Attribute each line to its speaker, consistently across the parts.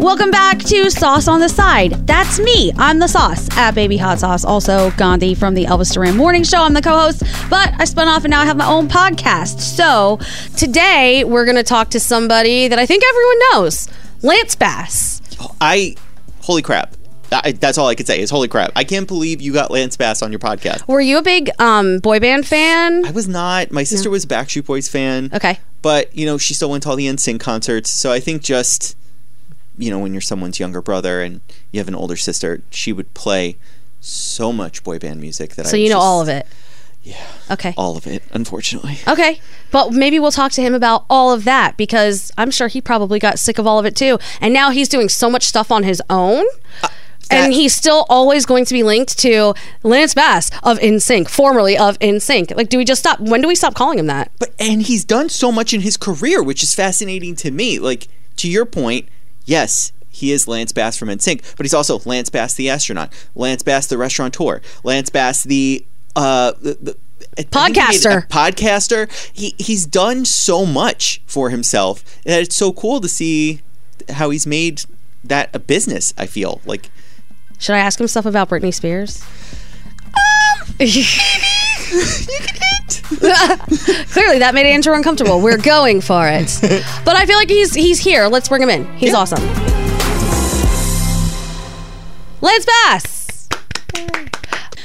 Speaker 1: Welcome back to Sauce on the Side. That's me. I'm the sauce at Baby Hot Sauce. Also, Gandhi from the Elvis Duran Morning Show. I'm the co host, but I spun off and now I have my own podcast. So, today we're going to talk to somebody that I think everyone knows Lance Bass.
Speaker 2: I, holy crap. I, that's all I could say is holy crap. I can't believe you got Lance Bass on your podcast.
Speaker 1: Were you a big um, boy band fan?
Speaker 2: I was not. My sister was a Backstreet Boys fan.
Speaker 1: Okay.
Speaker 2: But, you know, she still went to all the NSYNC concerts. So I think just you know, when you're someone's younger brother and you have an older sister, she would play so much boy band music that I
Speaker 1: So, you
Speaker 2: was
Speaker 1: know
Speaker 2: just-
Speaker 1: all of it.
Speaker 2: Yeah.
Speaker 1: Okay.
Speaker 2: All of it, unfortunately.
Speaker 1: Okay. But maybe we'll talk to him about all of that because I'm sure he probably got sick of all of it too. And now he's doing so much stuff on his own. and he's still always going to be linked to Lance Bass of InSync, formerly of InSync. Like, do we just stop? When do we stop calling him that?
Speaker 2: But and he's done so much in his career, which is fascinating to me. Like to your point, yes, he is Lance Bass from NSYNC, but he's also Lance Bass the astronaut, Lance Bass the restaurateur, Lance Bass the uh the, the- I think he made
Speaker 1: Podcaster.
Speaker 2: a podcaster. He he's done so much for himself that it's so cool to see how he's made that a business. I feel like
Speaker 1: Should I ask him stuff about Britney Spears? Clearly, that made Andrew uncomfortable. We're going for it, but I feel like he's he's here. Let's bring him in. He's awesome. Lance Bass.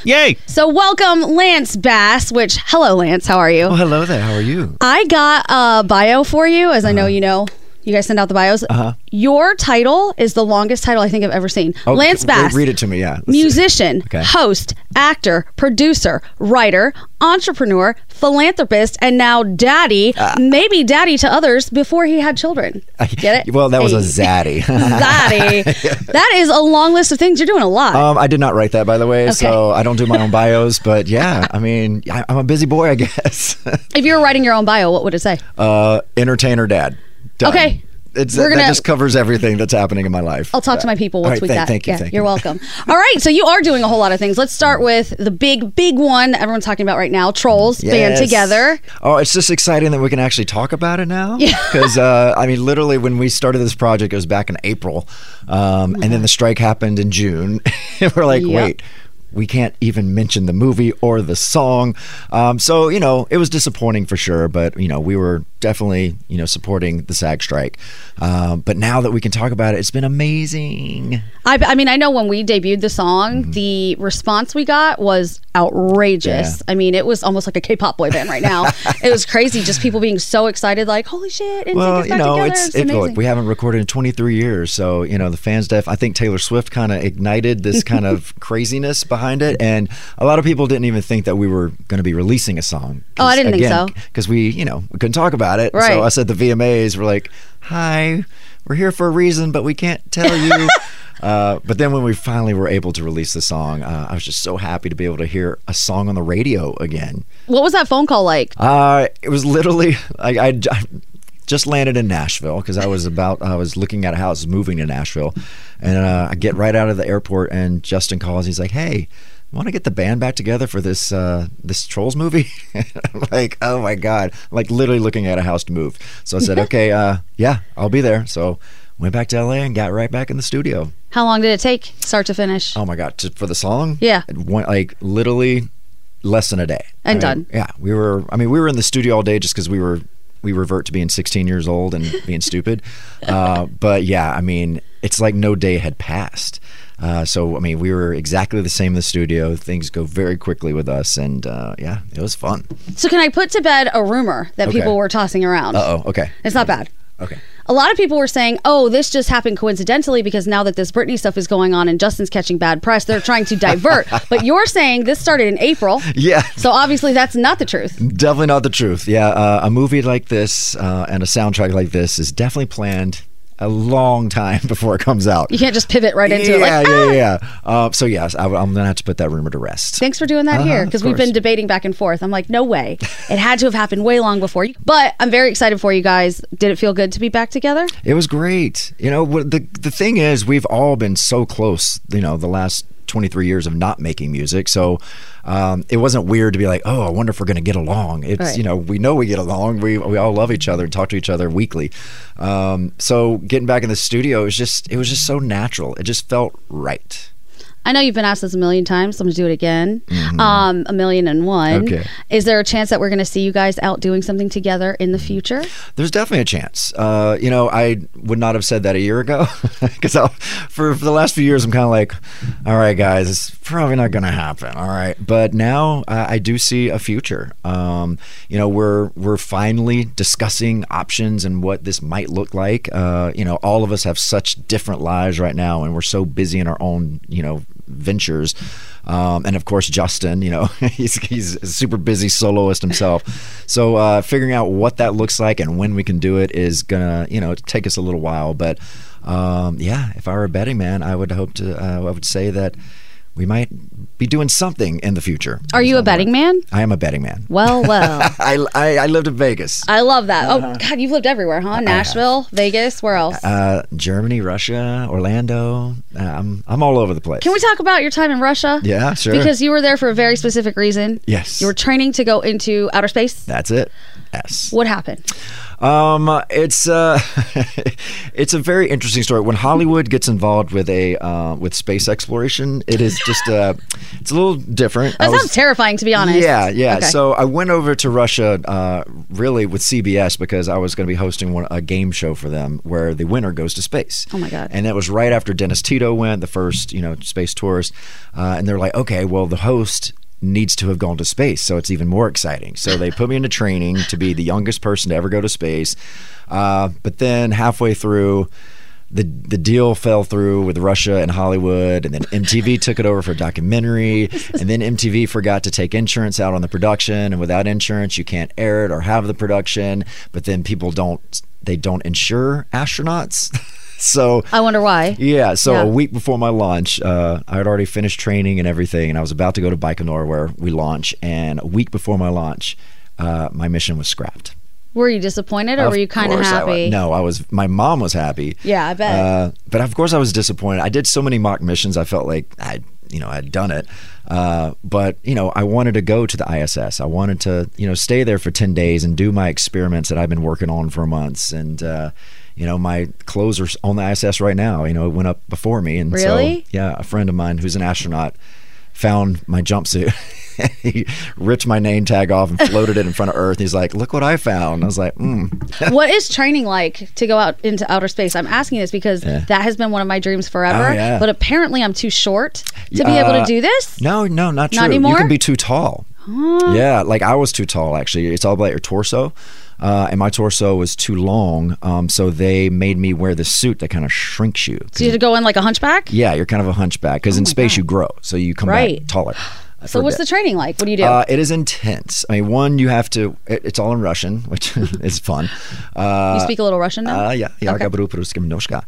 Speaker 3: Yay!
Speaker 1: So welcome, Lance Bass. Which hello, Lance. How are you?
Speaker 3: Oh, hello there. How are you? Uh-huh.
Speaker 1: I got a bio for you, as I know you know. You guys send out the bios. Your title is the longest title I think I've ever seen.
Speaker 3: Oh,
Speaker 1: Lance
Speaker 3: re-
Speaker 1: Bass.
Speaker 3: Read it to me. Yeah. Let's see.
Speaker 1: Musician,
Speaker 3: Okay.
Speaker 1: host, actor, producer, writer, entrepreneur, philanthropist, and now daddy,
Speaker 3: Ah.
Speaker 1: maybe daddy to others before he had children. Get it?
Speaker 3: Well, that was a
Speaker 1: Hey.
Speaker 3: zaddy.
Speaker 1: Daddy. that is a long list of things. You're doing a lot.
Speaker 3: um, I did not write that, by the way. So
Speaker 1: Okay.
Speaker 3: I don't do my own bios, but yeah, I mean, I, I'm a busy boy, I guess.
Speaker 1: if you were writing your own bio, what would it say?
Speaker 3: uh, entertainer dad. Done.
Speaker 1: Okay.
Speaker 3: It's,
Speaker 1: We're
Speaker 3: that
Speaker 1: gonna-
Speaker 3: just covers everything that's happening in my life.
Speaker 1: I'll talk to my people. We'll
Speaker 3: uh, All right,
Speaker 1: tweet
Speaker 3: thank-
Speaker 1: that.
Speaker 3: Thank you.
Speaker 1: yeah,
Speaker 3: thank
Speaker 1: you're
Speaker 3: you.
Speaker 1: welcome. All right, so you are doing a whole lot of things. Let's start with the big, big one that everyone's talking about right now: trolls band
Speaker 3: Yes.
Speaker 1: together.
Speaker 3: Oh, it's just exciting that we can actually talk about it now. Because, uh, I mean, literally, when we started this project, it was back in April. Um, and then the strike happened in June. and we're like,
Speaker 1: Yep.
Speaker 3: wait, we can't even mention the movie or the song. Um, so, you know, it was disappointing for sure. But, you know, we were definitely, you know, supporting the SAG strike. Um, but now that we can talk about it, it's been amazing.
Speaker 1: I, I mean, I know when we debuted the song,
Speaker 3: Mm-hmm.
Speaker 1: the response we got was outrageous. I mean, it was almost like a K-pop boy band right now. it was crazy, just people being so excited, like, "Holy shit!" NSYNC
Speaker 3: well,
Speaker 1: is
Speaker 3: you
Speaker 1: back
Speaker 3: know,
Speaker 1: together.
Speaker 3: it's,
Speaker 1: It's
Speaker 3: it,
Speaker 1: amazing.
Speaker 3: look, we haven't recorded in 23 years, so you know the fans def. I think Taylor Swift kind of ignited this kind of craziness behind it, and a lot of people didn't even think that we were going to be releasing a song.
Speaker 1: Oh, I didn't think so.
Speaker 3: because we, you know, we couldn't talk about it.
Speaker 1: Right.
Speaker 3: So us at the VMAs were like, "Hi, we're here for a reason, but we can't tell you." Uh, but then when we finally were able to release the song, uh, I was just so happy to be able to hear a song on the radio again.
Speaker 1: what was that phone call like?
Speaker 3: Uh, it was literally I, I just landed in Nashville because I was about I was looking at a house moving to Nashville, and uh, I get right out of the airport and Justin calls. He's like, "Hey, want to get the band back together for this uh, this Trolls movie?" I'm like, "Oh my god!" Like literally looking at a house to move. So I said, "Okay, uh, yeah, I'll be there." So went back to LA and got right back in the studio.
Speaker 1: How long did it take, start to finish?
Speaker 3: Oh my god, to, for the song?
Speaker 1: Yeah.
Speaker 3: It went, like literally less than a day.
Speaker 1: And
Speaker 3: I mean,
Speaker 1: done.
Speaker 3: Yeah, we were. I mean, we were in the studio all day just because we were we revert to being 16 years old and being stupid. Uh, but yeah, I mean, it's like no day had passed. Uh, so I mean, we were exactly the same in the studio. Things go very quickly with us, and uh, yeah, it was fun.
Speaker 1: So can I put to bed a rumor that
Speaker 3: Okay.
Speaker 1: people were tossing around?
Speaker 3: Uh oh. Okay.
Speaker 1: It's not bad.
Speaker 3: Okay.
Speaker 1: A lot of people were saying, "Oh, this just happened coincidentally because now that this Britney stuff is going on and Justin's catching bad press, they're trying to divert." but you're saying this started in April.
Speaker 3: Yeah.
Speaker 1: So obviously that's not the truth.
Speaker 3: Definitely not the truth. Yeah, uh, a movie like this uh, and a soundtrack like this is definitely planned a long time before it comes out.
Speaker 1: You can't just pivot right into it.
Speaker 3: yeah,
Speaker 1: Like, "Ah,
Speaker 3: yeah, yeah. Uh, so yes, I, am gonna have to put that rumor to rest.
Speaker 1: thanks for doing that
Speaker 3: Uh-huh,
Speaker 1: here
Speaker 3: of
Speaker 1: because we've
Speaker 3: course.
Speaker 1: been debating back and forth. I'm like, no way. It had to have happened way long before. But I'm very excited for you guys. Did it feel good to be back together?
Speaker 3: It was great. You know, what the the thing is, we've all been so close. You know, the last 23 years of not making music, so um, it wasn't weird to be like, oh, I wonder if we're gonna get along. It's
Speaker 1: Right.
Speaker 3: you know, we know we get along. We we all love each other and talk to each other weekly. Um, so getting back in the studio is just it was just so natural. It just felt right.
Speaker 1: I know you've been asked this a million times, so I'm gonna do it again. Um, a million and one.
Speaker 3: Mm-hmm. Okay.
Speaker 1: Is there a chance that we're gonna see you guys out doing something together in the future?
Speaker 3: There's definitely a chance. Uh, you know, I would not have said that a year ago because for, for the last few years, I'm kind of like, all right, guys, it's probably not going to happen. All right, but now uh, I do see a future. Um, you know, we're we're finally discussing options and what this might look like. Uh, you know, all of us have such different lives right now, and we're so busy in our own, you know, ventures. Um, and of course, Justin, you know, he's, he's a super busy soloist himself. So uh, figuring out what that looks like and when we can do it is gonna, you know, take us a little while. But um, yeah, if I were a betting man, I would hope to, uh, I would say that we might be doing something in the future.
Speaker 1: Are you a betting man?
Speaker 3: I am a betting man.
Speaker 1: Well, well.
Speaker 3: I, I, I lived in Vegas.
Speaker 1: I love that.
Speaker 3: Uh-huh.
Speaker 1: Oh God, you've lived everywhere, huh? Nashville, Vegas, where else?
Speaker 3: Uh, Germany, Russia, Orlando. Uh, I'm, I'm all over the place.
Speaker 1: Can we talk about your time in Russia?
Speaker 3: Yeah, sure.
Speaker 1: Because you were there for a very specific reason.
Speaker 3: Yes.
Speaker 1: You were training to go into outer space.
Speaker 3: That's it. Yes.
Speaker 1: What happened?
Speaker 3: Um, it's uh, it's a very interesting story. When Hollywood gets involved with a uh, with space exploration, it is just uh, it's a little different. I
Speaker 1: That
Speaker 3: was-
Speaker 1: sounds terrifying, to be honest.
Speaker 3: yeah, yeah.
Speaker 1: Okay.
Speaker 3: So I went over to Russia uh, really with CBS because I was going to be hosting one, a game show for them where the winner goes to space.
Speaker 1: Oh, my God.
Speaker 3: And that was right after Dennis Tito went, the first you know space tourist, uh, and they're like, okay, well the host needs to have gone to space, so it's even more exciting. So they put me into training to be the youngest person to ever go to space, uh, but then halfway through. The, the deal fell through with Russia and Hollywood, and then MTV took it over for a documentary, and then MTV forgot to take insurance out on the production, and without insurance, you can't air it or have the production. But then people don't they don't insure astronauts, so
Speaker 1: I wonder why.
Speaker 3: yeah, so
Speaker 1: Yeah.
Speaker 3: a week before my launch, uh, I had already finished training and everything, and I was about to go to Baikonur where we launch. And a week before my launch, uh, my mission was scrapped.
Speaker 1: Were you disappointed or were you kind of
Speaker 3: course I
Speaker 1: happy?
Speaker 3: wa- no, I was. My mom was happy.
Speaker 1: Yeah, I bet.
Speaker 3: Uh, but of course, I was disappointed. I did so many mock missions. I felt like I, you know, I'd done it. Uh, but you know, I wanted to go to the ISS. I wanted to, you know, stay there for ten days and do my experiments that I've been working on for months. And uh, you know, my clothes are on the ISS right now. You know, it went up before me, and
Speaker 1: Really?
Speaker 3: so yeah, a friend of mine who's an astronaut found my jumpsuit. he ripped my name tag off and floated it in front of Earth. He's like, "Look what I found!" I was like, mm,
Speaker 1: what is training like to go out into outer space? I'm asking this because that has been one of my dreams forever.
Speaker 3: Oh, yeah.
Speaker 1: But apparently, I'm too short to be able to
Speaker 3: Uh,
Speaker 1: do this.
Speaker 3: No, no, not true.
Speaker 1: anymore?
Speaker 3: You can be too tall. Yeah, like I was too tall actually. It's all about your torso. Uh, and my torso was too long, um, so they made me wear this suit that kind of shrinks you. 'Cause
Speaker 1: So you had to go in like a hunchback.
Speaker 3: yeah, you're kind of a hunchback because in space you grow, so you come
Speaker 1: Oh Right.
Speaker 3: back taller.
Speaker 1: So what's the training like? What do you do?
Speaker 3: Uh, it is intense. I mean, one you have to. It, it's all in Russian, which is fun. Uh,
Speaker 1: you speak a little Russian now. Oh,
Speaker 3: uh, yeah, я говорю по-русски немножко.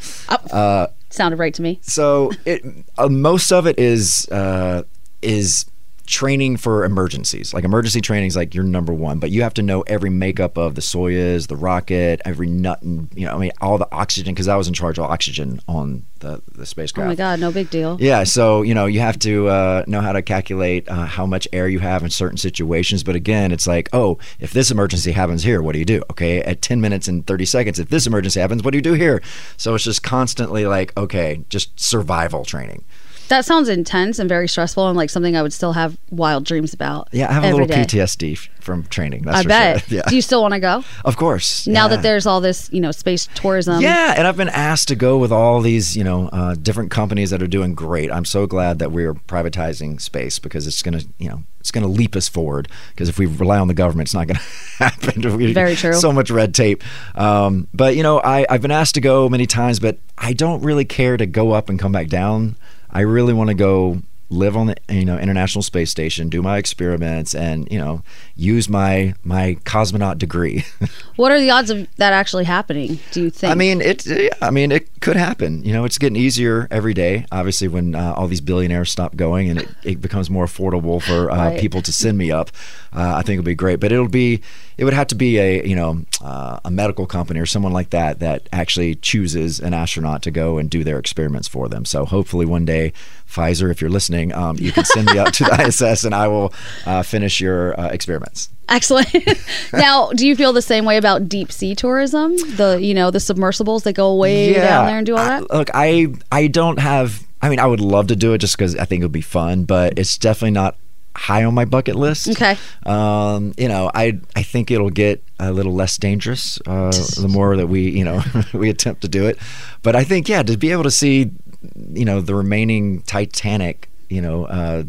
Speaker 3: Uh,
Speaker 1: Sounded right to me.
Speaker 3: So it uh, most of it is uh, is training for emergencies. Like emergency training is like your number one, but you have to know every makeup of the Soyuz, the rocket, every nut, and you know, I mean, all the oxygen because I was in charge of oxygen on the the
Speaker 1: Oh
Speaker 3: spacecraft.
Speaker 1: my God, no big deal.
Speaker 3: Yeah, so you know you have to uh, know how to calculate uh, how much air you have in certain situations. But again, it's like, oh, if this emergency happens here, what do you do? Okay, at ten minutes and thirty seconds, if this emergency happens, what do you do here? So it's just constantly like, okay, just survival training.
Speaker 1: That sounds intense and very stressful, and like something I would still have wild dreams about.
Speaker 3: Yeah, I have a
Speaker 1: every day.
Speaker 3: little PTSD f- from training. That's
Speaker 1: I
Speaker 3: for
Speaker 1: bet.
Speaker 3: Sure. Yeah,
Speaker 1: Do you still want to go
Speaker 3: of course.
Speaker 1: now
Speaker 3: yeah.
Speaker 1: that there's all this, you know, space tourism?
Speaker 3: yeah, and I've been asked to go with all these, you know, uh, different companies that are doing great. I'm so glad that we are privatizing space because it's gonna, you know, it's gonna leap us forward. Because if we rely on the government, it's not gonna happen. We-
Speaker 1: Very true.
Speaker 3: So much red tape. Um, but you know, I, I've been asked to go many times, but I don't really care to go up and come back down. I really want to go live on the you know international space station do my experiments and you know use my my cosmonaut degree
Speaker 1: What are the odds of that actually happening? Do you think?
Speaker 3: I mean, it. yeah, I mean, it could happen. You know, it's getting easier every day. Obviously, when uh, all these billionaires stop going and it, it becomes more affordable for uh,
Speaker 1: Right.
Speaker 3: people to send me up, uh, I think it'll be great. But it'll be, it would have to be a you know uh, a medical company or someone like that that actually chooses an astronaut to go and do their experiments for them. So hopefully one day, Pfizer, if you're listening, um, you can send me up to the ISS and I will uh, finish your uh, experiments.
Speaker 1: Excellent. now, do you feel the same way about deep sea tourism? The you know the submersibles that go way down there and do all
Speaker 3: I-
Speaker 1: that.
Speaker 3: look, I I don't have. I mean, I would love to do it just because I think it would be fun, but it's definitely not high on my bucket list.
Speaker 1: Okay.
Speaker 3: Um, you know, I I think it'll get a little less dangerous uh, the more that we you know we attempt to do it. But I think yeah, to be able to see you know the remaining Titanic, you know. Uh,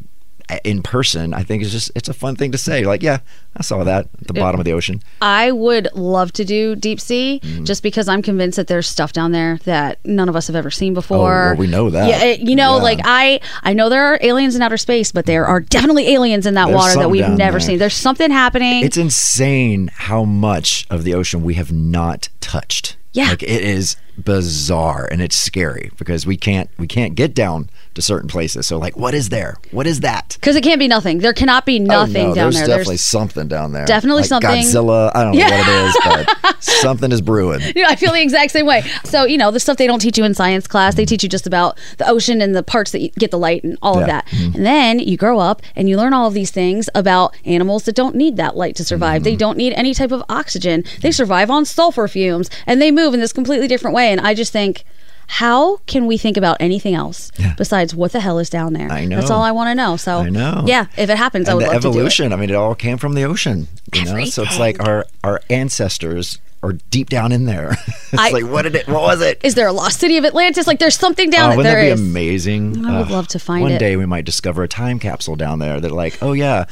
Speaker 3: in person, I think it's just it's a fun thing to say. Like, yeah, I saw that at the bottom of the ocean.
Speaker 1: I would love to do deep sea
Speaker 3: Mm.
Speaker 1: just because I'm convinced that there's stuff down there that none of us have ever seen before.
Speaker 3: Oh, well, we know that.
Speaker 1: Yeah, it- you know,
Speaker 3: Yeah.
Speaker 1: like I I know there are aliens in outer space, but there are definitely aliens in that
Speaker 3: There's
Speaker 1: water that
Speaker 3: some
Speaker 1: we've
Speaker 3: down
Speaker 1: never
Speaker 3: there.
Speaker 1: seen. There's something happening.
Speaker 3: It's insane how much of the ocean we have not touched.
Speaker 1: Yeah.
Speaker 3: Like it is bizarre and it's scary because we can't we can't get down to certain places. So like what is there? What is that?
Speaker 1: because it can't be nothing. There cannot be nothing
Speaker 3: oh,
Speaker 1: down
Speaker 3: no, there's
Speaker 1: there.
Speaker 3: definitely
Speaker 1: There's,
Speaker 3: something down there.
Speaker 1: Definitely
Speaker 3: Like
Speaker 1: something.
Speaker 3: Godzilla. I don't know what it is, but something is brewing.
Speaker 1: you know, I feel the exact same way. So, you know, the stuff they don't teach you in science class, they teach you just about the ocean and the parts that you get the light and all of
Speaker 3: Yeah. Mm-hmm.
Speaker 1: that. And then you grow up and you learn all of these things about animals that don't need that light to survive.
Speaker 3: Mm-hmm.
Speaker 1: They don't need any type of oxygen. They survive on sulfur fumes and they move in this completely different way. And I just think, how can we think about anything else besides what the hell is down there?
Speaker 3: I
Speaker 1: That's
Speaker 3: know.
Speaker 1: all I want to know. So,
Speaker 3: I know.
Speaker 1: Yeah, if it happens, I
Speaker 3: and
Speaker 1: would
Speaker 3: the
Speaker 1: love to do it.
Speaker 3: evolution. I mean, it all came from the ocean. You know, so it's like our our ancestors are deep down in there. it's
Speaker 1: I-
Speaker 3: like what did it? What was it?
Speaker 1: Is there a lost city of Atlantis? Like, there's something down
Speaker 3: Oh,
Speaker 1: there.
Speaker 3: wouldn't
Speaker 1: There
Speaker 3: that be
Speaker 1: is.
Speaker 3: amazing?
Speaker 1: I would
Speaker 3: Ugh.
Speaker 1: love to find
Speaker 3: One
Speaker 1: it.
Speaker 3: day we might discover a time capsule down there that, like, oh yeah,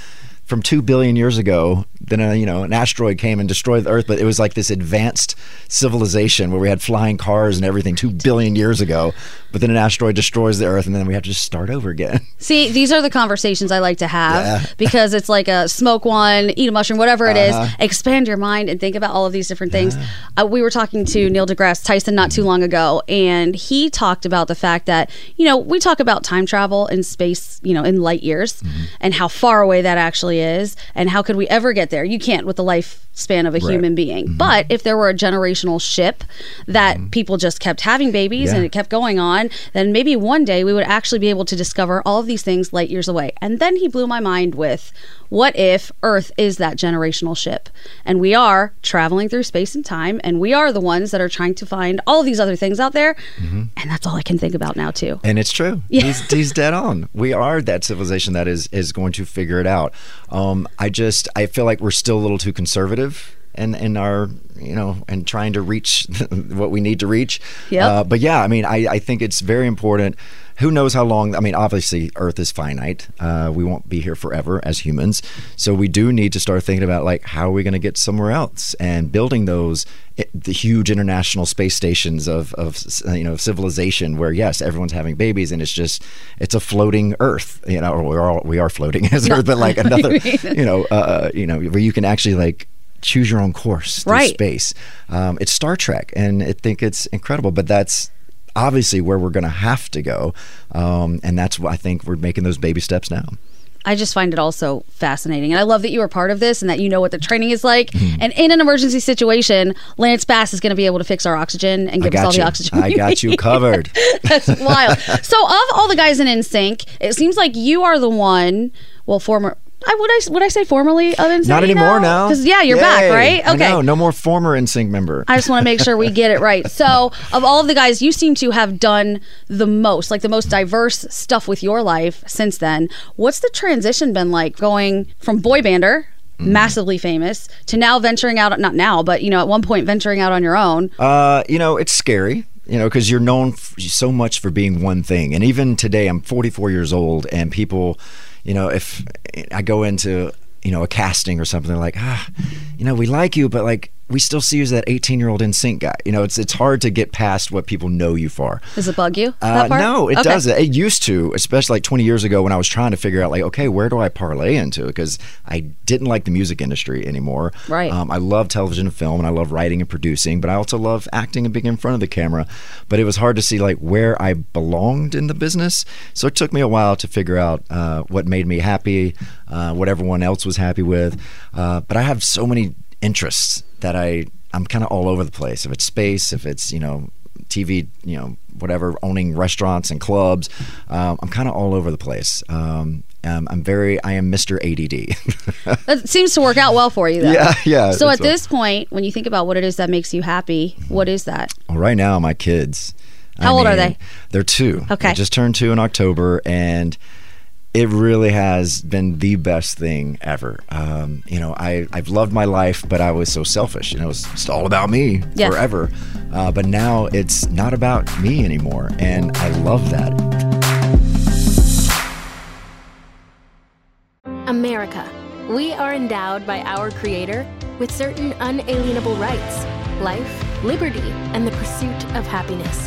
Speaker 3: from two billion years ago, then uh, you know an asteroid came and destroyed the Earth, but it was like this advanced civilization where we had flying cars and everything two billion years ago, but then an asteroid destroys the Earth, and then we have to just start over again.
Speaker 1: See, these are the conversations I like to have because it's like a smoke one, eat a mushroom, whatever it is. Expand your mind and think about all of these different things. Uh, we were talking to Neil deGrasse Tyson not too long ago, and he talked about the fact that, you know, we talk about time travel in space, you know, in light years and how far away that actually is and how could we ever get there? You can't with the lifespan of a human being. But if there were a generational ship that people just kept having babies and
Speaker 3: Mm-hmm. Yeah.
Speaker 1: it kept going on, then maybe one day we would actually be able to discover all of these things light years away. And then he blew my mind with what if Earth is that generational ship and we are traveling through space and time and we are the ones that are trying to find all of these other things out there.
Speaker 3: Mm-hmm.
Speaker 1: And that's all I can think about now, too.
Speaker 3: And it's true. He's, he's dead on. We are that civilization that is is going to figure it out. Um, I just I feel like we're still a little too conservative. in in our, you know, and trying to reach what we need to reach.
Speaker 1: Yep.
Speaker 3: Uh, but yeah, I mean, I, I think it's very important. Who knows how long? I mean, obviously, Earth is finite. Uh, we won't be here forever as humans. So we do need to start thinking about like how are we going to get somewhere else and building those i- the huge international space stations of of you know civilization where yes, everyone's having babies and it's just it's a floating Earth. You know, or we're all we are floating as Earth, but like another you know uh, you know where you can actually like choose your own course through
Speaker 1: Right.
Speaker 3: space. Um, it's Star Trek, and I think it's incredible. But that's obviously where we're going to have to go, um, and that's why I think we're making those baby steps now.
Speaker 1: I just find it also fascinating. And I love that you were part of this and that you know what the training is like.
Speaker 3: Hmm.
Speaker 1: And in an emergency situation, Lance Bass is going to be able to fix our oxygen and
Speaker 3: I
Speaker 1: give us all
Speaker 3: got you.
Speaker 1: the oxygen.
Speaker 3: I got you covered.
Speaker 1: That's wild. So, of all the guys in NSYNC, it seems like you are the one. Well, former. I would I would I say formerly of NSYNC?
Speaker 3: Not anymore now.
Speaker 1: Because yeah, you're
Speaker 3: Yay.
Speaker 1: back, right?
Speaker 3: I know, no more former NSYNC member.
Speaker 1: I just want to make sure we get it right. So, of all of the guys, you seem to have done the most, like the most diverse stuff with your life since then. What's the transition been like going from boy bander,
Speaker 3: Mm.
Speaker 1: massively famous, to now venturing out, not now, but you know, at one point venturing out on your own?
Speaker 3: Uh, you know, it's scary. You know, because you're known f- so much for being one thing, and even today, I'm 44 years old, and people, you know, if I go into you know a casting or something, they're like, ah, you know, we like you, but like we still see you as that 18 year old in sync guy. You know, it's it's hard to get past what people know you for.
Speaker 1: Does it bug you?
Speaker 3: Uh,
Speaker 1: that part?
Speaker 3: no, it
Speaker 1: Okay.
Speaker 3: doesn't. It used to, especially like 20 years ago when I was trying to figure out, like, okay, where do I parlay into? Because I didn't like the music industry anymore.
Speaker 1: Right.
Speaker 3: Um, I love television and film, and I love writing and producing, but I also love acting and being in front of the camera. But it was hard to see like where I belonged in the business. So it took me a while to figure out uh, what made me happy, uh, what everyone else was happy with. Uh, but I have so many interests that I. I'm kind of all over the place. If it's space, if it's you know TV, you know, whatever, owning restaurants and clubs. Um, I'm kind of all over the place. Um, um, I'm very, I am Mr. ADD.
Speaker 1: That seems to work out well for you, though.
Speaker 3: yeah, yeah.
Speaker 1: So at
Speaker 3: It's all-
Speaker 1: this point, when you think about what it is that makes you happy, what is that?
Speaker 3: Well, right now, my kids.
Speaker 1: How old are they?
Speaker 3: They're two.
Speaker 1: Okay.
Speaker 3: They just turned two in October, and it really has been the best thing ever. Um, you know, I, I've loved my life, but I was so selfish. You know, it was just all about me
Speaker 1: Yes.
Speaker 3: forever. Uh, but now it's not about me anymore, and I love that.
Speaker 4: America. We are endowed by our Creator with certain unalienable rights life, liberty, and the pursuit of happiness.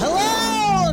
Speaker 5: Hello,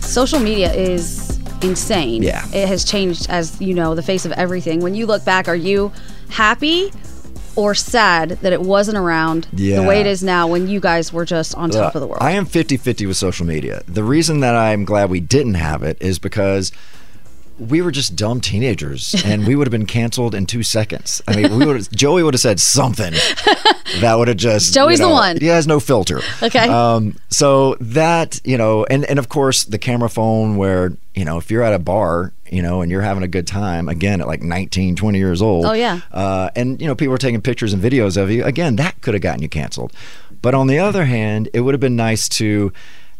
Speaker 1: Social media is insane.
Speaker 3: Yeah.
Speaker 1: It has changed, as you know, the face of everything. When you look back, are you happy or sad that it wasn't around
Speaker 3: Yeah.
Speaker 1: the way it is now when you guys were just on top of the world?
Speaker 3: I am 50 50 with social media. The reason that I'm glad we didn't have it is because we were just dumb teenagers and we would have been canceled in two seconds. I mean, we would have, Joey would have said something that would have just
Speaker 1: Joey's
Speaker 3: you
Speaker 1: the
Speaker 3: know,
Speaker 1: one.
Speaker 3: He has no filter.
Speaker 1: Okay.
Speaker 3: Um, so that you know, and and of course the camera phone, where you know if you're at a bar, you know, and you're having a good time, again at like 19, 20 years old.
Speaker 1: Oh, yeah.
Speaker 3: Uh, and you know people are taking pictures and videos of you. Again, that could have gotten you canceled. But on the other hand, it would have been nice to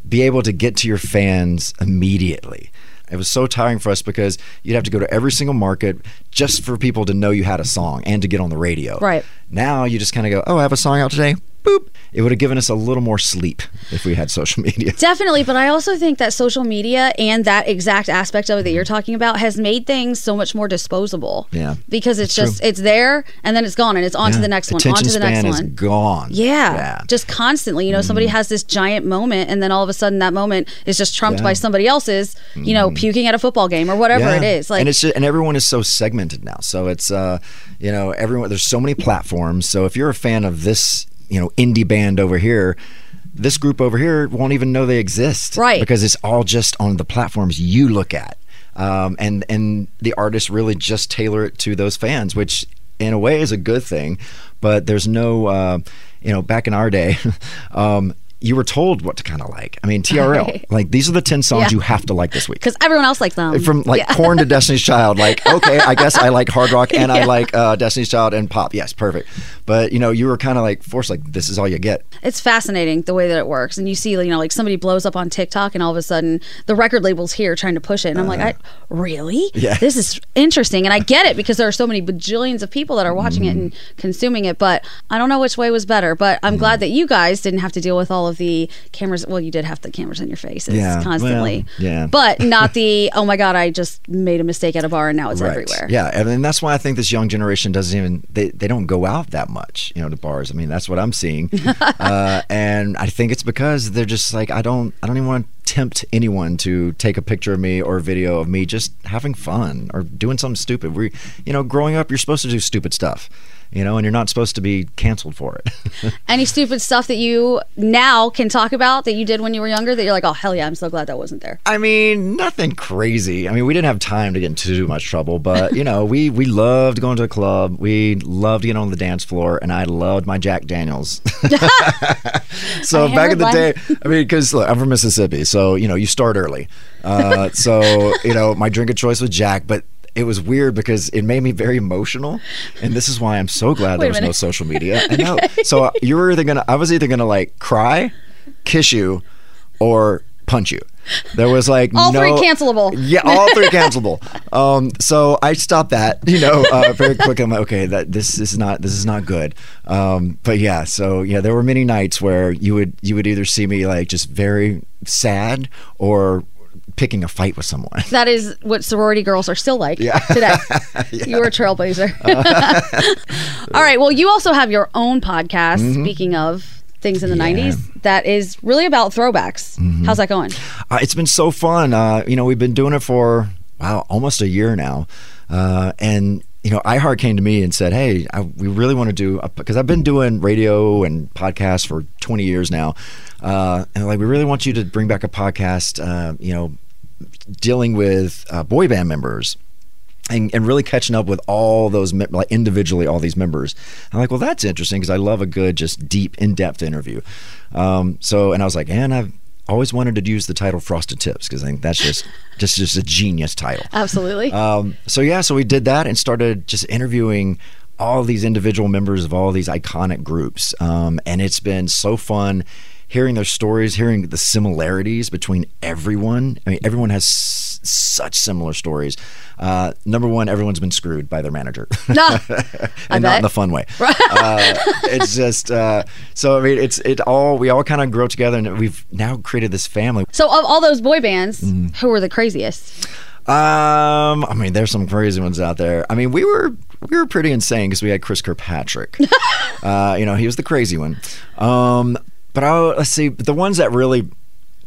Speaker 3: be able to get to your fans immediately. It was so tiring for us because you'd have to go to every single market just for people to know you had a song and to get on the radio.
Speaker 1: Right.
Speaker 3: Now you just kind of go, oh, I have a song out today. Boop. It would have given us a little more sleep if we had social media.
Speaker 1: Definitely, but I also think that social media and that exact aspect of it that you're talking about has made things so much more disposable.
Speaker 3: Yeah,
Speaker 1: Because it's
Speaker 3: that's
Speaker 1: just it's there and then it's gone and it's on to
Speaker 3: Yeah.
Speaker 1: the next one,
Speaker 3: Attention
Speaker 1: on to the next
Speaker 3: span
Speaker 1: one.
Speaker 3: is gone.
Speaker 1: Yeah,
Speaker 3: Yeah. Mm.
Speaker 1: Just constantly, you know, somebody has this giant moment and then all of a sudden that moment is just trumped by somebody else's, you know, puking at a football game or whatever it
Speaker 3: Mm. Yeah.
Speaker 1: is. Like
Speaker 3: and it's just, and everyone is so segmented now. So it's uh, you know, everyone there's so many platforms. So if you're a fan of this, you know, indie band over here, this group over here won't even know they exist,
Speaker 1: Right.
Speaker 3: Because it's all just on the platforms you look at, um, and and the artists really just tailor it to those fans, which in a way is a good thing, but there's no, uh, you know, back in our day. um, you were told what to kind of like. I mean, TRL. Like these are the ten songs
Speaker 1: Yeah.
Speaker 3: you have to like this week
Speaker 1: because everyone else likes them.
Speaker 3: from like corn to Destiny's Child. Like, okay, I guess I like hard rock and I like uh, Destiny's Child and pop. Yes, perfect. But you know, you were kind of like forced, like this is all you get.
Speaker 1: it's fascinating the way that it works and you see you know like somebody blows up on tiktok and all of a sudden the record label's here trying to push it and i'm
Speaker 3: Uh-huh.
Speaker 1: like i really
Speaker 3: Yeah.
Speaker 1: this is interesting and i get it because there are so many bajillions of people that are watching it and consuming it but i don't know which way was better but i'm glad that you guys didn't have to deal with all of the cameras well you did have the cameras in your faces
Speaker 3: Yeah,
Speaker 1: constantly
Speaker 3: well, yeah.
Speaker 1: but not the oh my god i just made a mistake at a bar and now Oh, it's everywhere
Speaker 3: Yeah, and, and that's why I think this young generation doesn't even they, they don't go out that much, you know, to bars. I mean, that's what I'm seeing, uh, and I think it's because they're just like I don't I don't even want to tempt anyone to take a picture of me or a video of me just having fun or doing something stupid. We, you know, growing up, you're supposed to do stupid stuff, you know, and you're not supposed to be canceled for it.
Speaker 1: any stupid stuff that you now can talk about that you did when you were younger that you're like oh hell yeah i'm so glad that wasn't there
Speaker 3: I mean, nothing crazy. I mean, we didn't have time to get into too much trouble, but you know, we we loved going to a club. We loved getting on the dance floor, and I loved my Jack Daniels. so
Speaker 1: I
Speaker 3: back
Speaker 1: heard
Speaker 3: in the
Speaker 1: one.
Speaker 3: day, I mean, because look, I'm from Mississippi, so you know, you start early. Uh, so you know, my drink of choice was Jack, but. It was weird because it made me very emotional, and this is why I'm so glad
Speaker 1: Wait a
Speaker 3: there was no
Speaker 1: minute.
Speaker 3: social media. I know. So uh, you were either gonna, I was either gonna like cry, kiss you, or punch you. There was like
Speaker 1: All
Speaker 3: no,
Speaker 1: three cancelable.
Speaker 3: Yeah, all three cancelable. Um, so I stopped that, you know, uh, very quickly. I'm like, okay, that this is not this is not good. Um, but yeah, so yeah, there were many nights where you would you would either see me like just very sad or picking a fight with someone.
Speaker 1: That is what sorority girls are still like today. You were a trailblazer. All right. Well, you also have your own podcast,
Speaker 3: Mm-hmm.
Speaker 1: speaking of things in the 90s, that is really about throwbacks. How's that going?
Speaker 3: uh, it's been so fun. Uh, you know, we've been doing it for wow, almost a year now, uh, and you know, iHeart came to me and said, "Hey, I, we really want to do because I've been doing radio and podcasts for 20 years now, uh, and like we really want you to bring back a podcast. Uh, you know, dealing with uh, boy band members." and, and really catching up with all those mem- like individually all these members i'm like well that's interesting because i love a good just deep in-depth interview um, so and i was like and i've always wanted to use the title frosted tips because i think that's just just just a genius title
Speaker 1: Absolutely.
Speaker 3: um, so yeah, so we did that and started just interviewing all these individual members of all these iconic groups, um, and it's been so fun hearing their stories, hearing the similarities between everyone. I mean, everyone has s- such similar stories. Uh, number one, everyone's been screwed by their manager
Speaker 1: no.
Speaker 3: and not
Speaker 1: bet.
Speaker 3: in the fun way. uh, it's just uh, so. I mean, it's it all. We all kind of grow together, and we've now created this family.
Speaker 1: So, of all those boy bands,
Speaker 3: Mm-hmm.
Speaker 1: who were the craziest?
Speaker 3: Um, I mean, there's some crazy ones out there. I mean, we were we were pretty insane because we had Chris Kirkpatrick. uh, you know, he was the crazy one. Um, but I let's see, the ones that really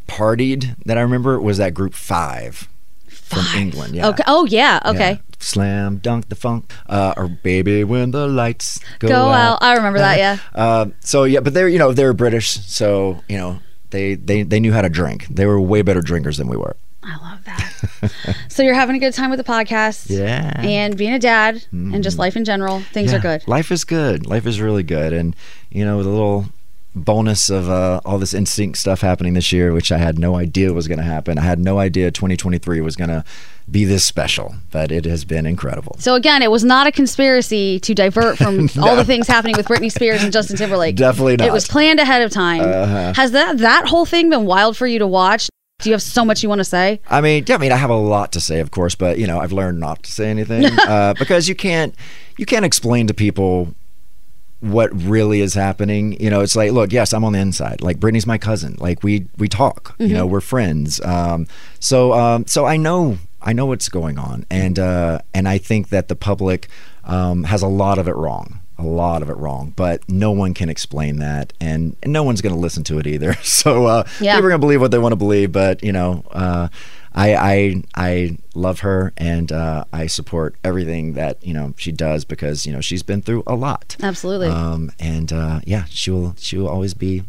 Speaker 3: partied that I remember was that group Five, from England. Yeah.
Speaker 1: Okay. Oh, yeah.
Speaker 3: Yeah.
Speaker 1: Okay.
Speaker 3: Slam dunk the funk, uh, or baby when the lights go,
Speaker 1: Go out. I remember that, yeah.
Speaker 3: Uh, so yeah, but they're you know they're British, so you know they they they knew how to drink. They were way better drinkers than we were.
Speaker 1: I love that. so you're having a good time with the podcast.
Speaker 3: Yeah. Mm-hmm.
Speaker 1: And being a dad and just life in general, things are
Speaker 3: Yeah,
Speaker 1: good.
Speaker 3: Life is good. Life is really good. And, you know, the little bonus of uh, all this instinct stuff happening this year, which I had no idea was going to happen. I had no idea 2023 was going to be this special, but it has been incredible.
Speaker 1: So again, it was not a conspiracy to divert from all the things happening with Britney Spears and Justin Timberlake.
Speaker 3: Definitely
Speaker 1: It
Speaker 3: not. Uh,
Speaker 1: was planned ahead of time.
Speaker 3: Uh-huh.
Speaker 1: Has that that whole thing been wild for you to watch? Do you have so much you want to say?
Speaker 3: I mean, yeah, I mean, I have a lot to say, of course, but you know, I've learned not to say anything uh, because you can't, you can't explain to people what really is happening. You know, it's like, look, yes, I'm on the inside. Like Brittany's my cousin. Like we we talk. You know, we're friends. Um, so um, so I know I know what's going on, and uh, and I think that the public um, has a lot of it wrong. A lot of it wrong, but no one can explain that, and, and no one's going to listen to it either. So uh,
Speaker 1: Yeah.
Speaker 3: people are going to believe what they want to believe, but you know, uh, I, I I love her, and uh, I support everything that you know she does because you know she's been through a lot.
Speaker 1: Absolutely.
Speaker 3: Um, and uh, yeah, she will. She will always be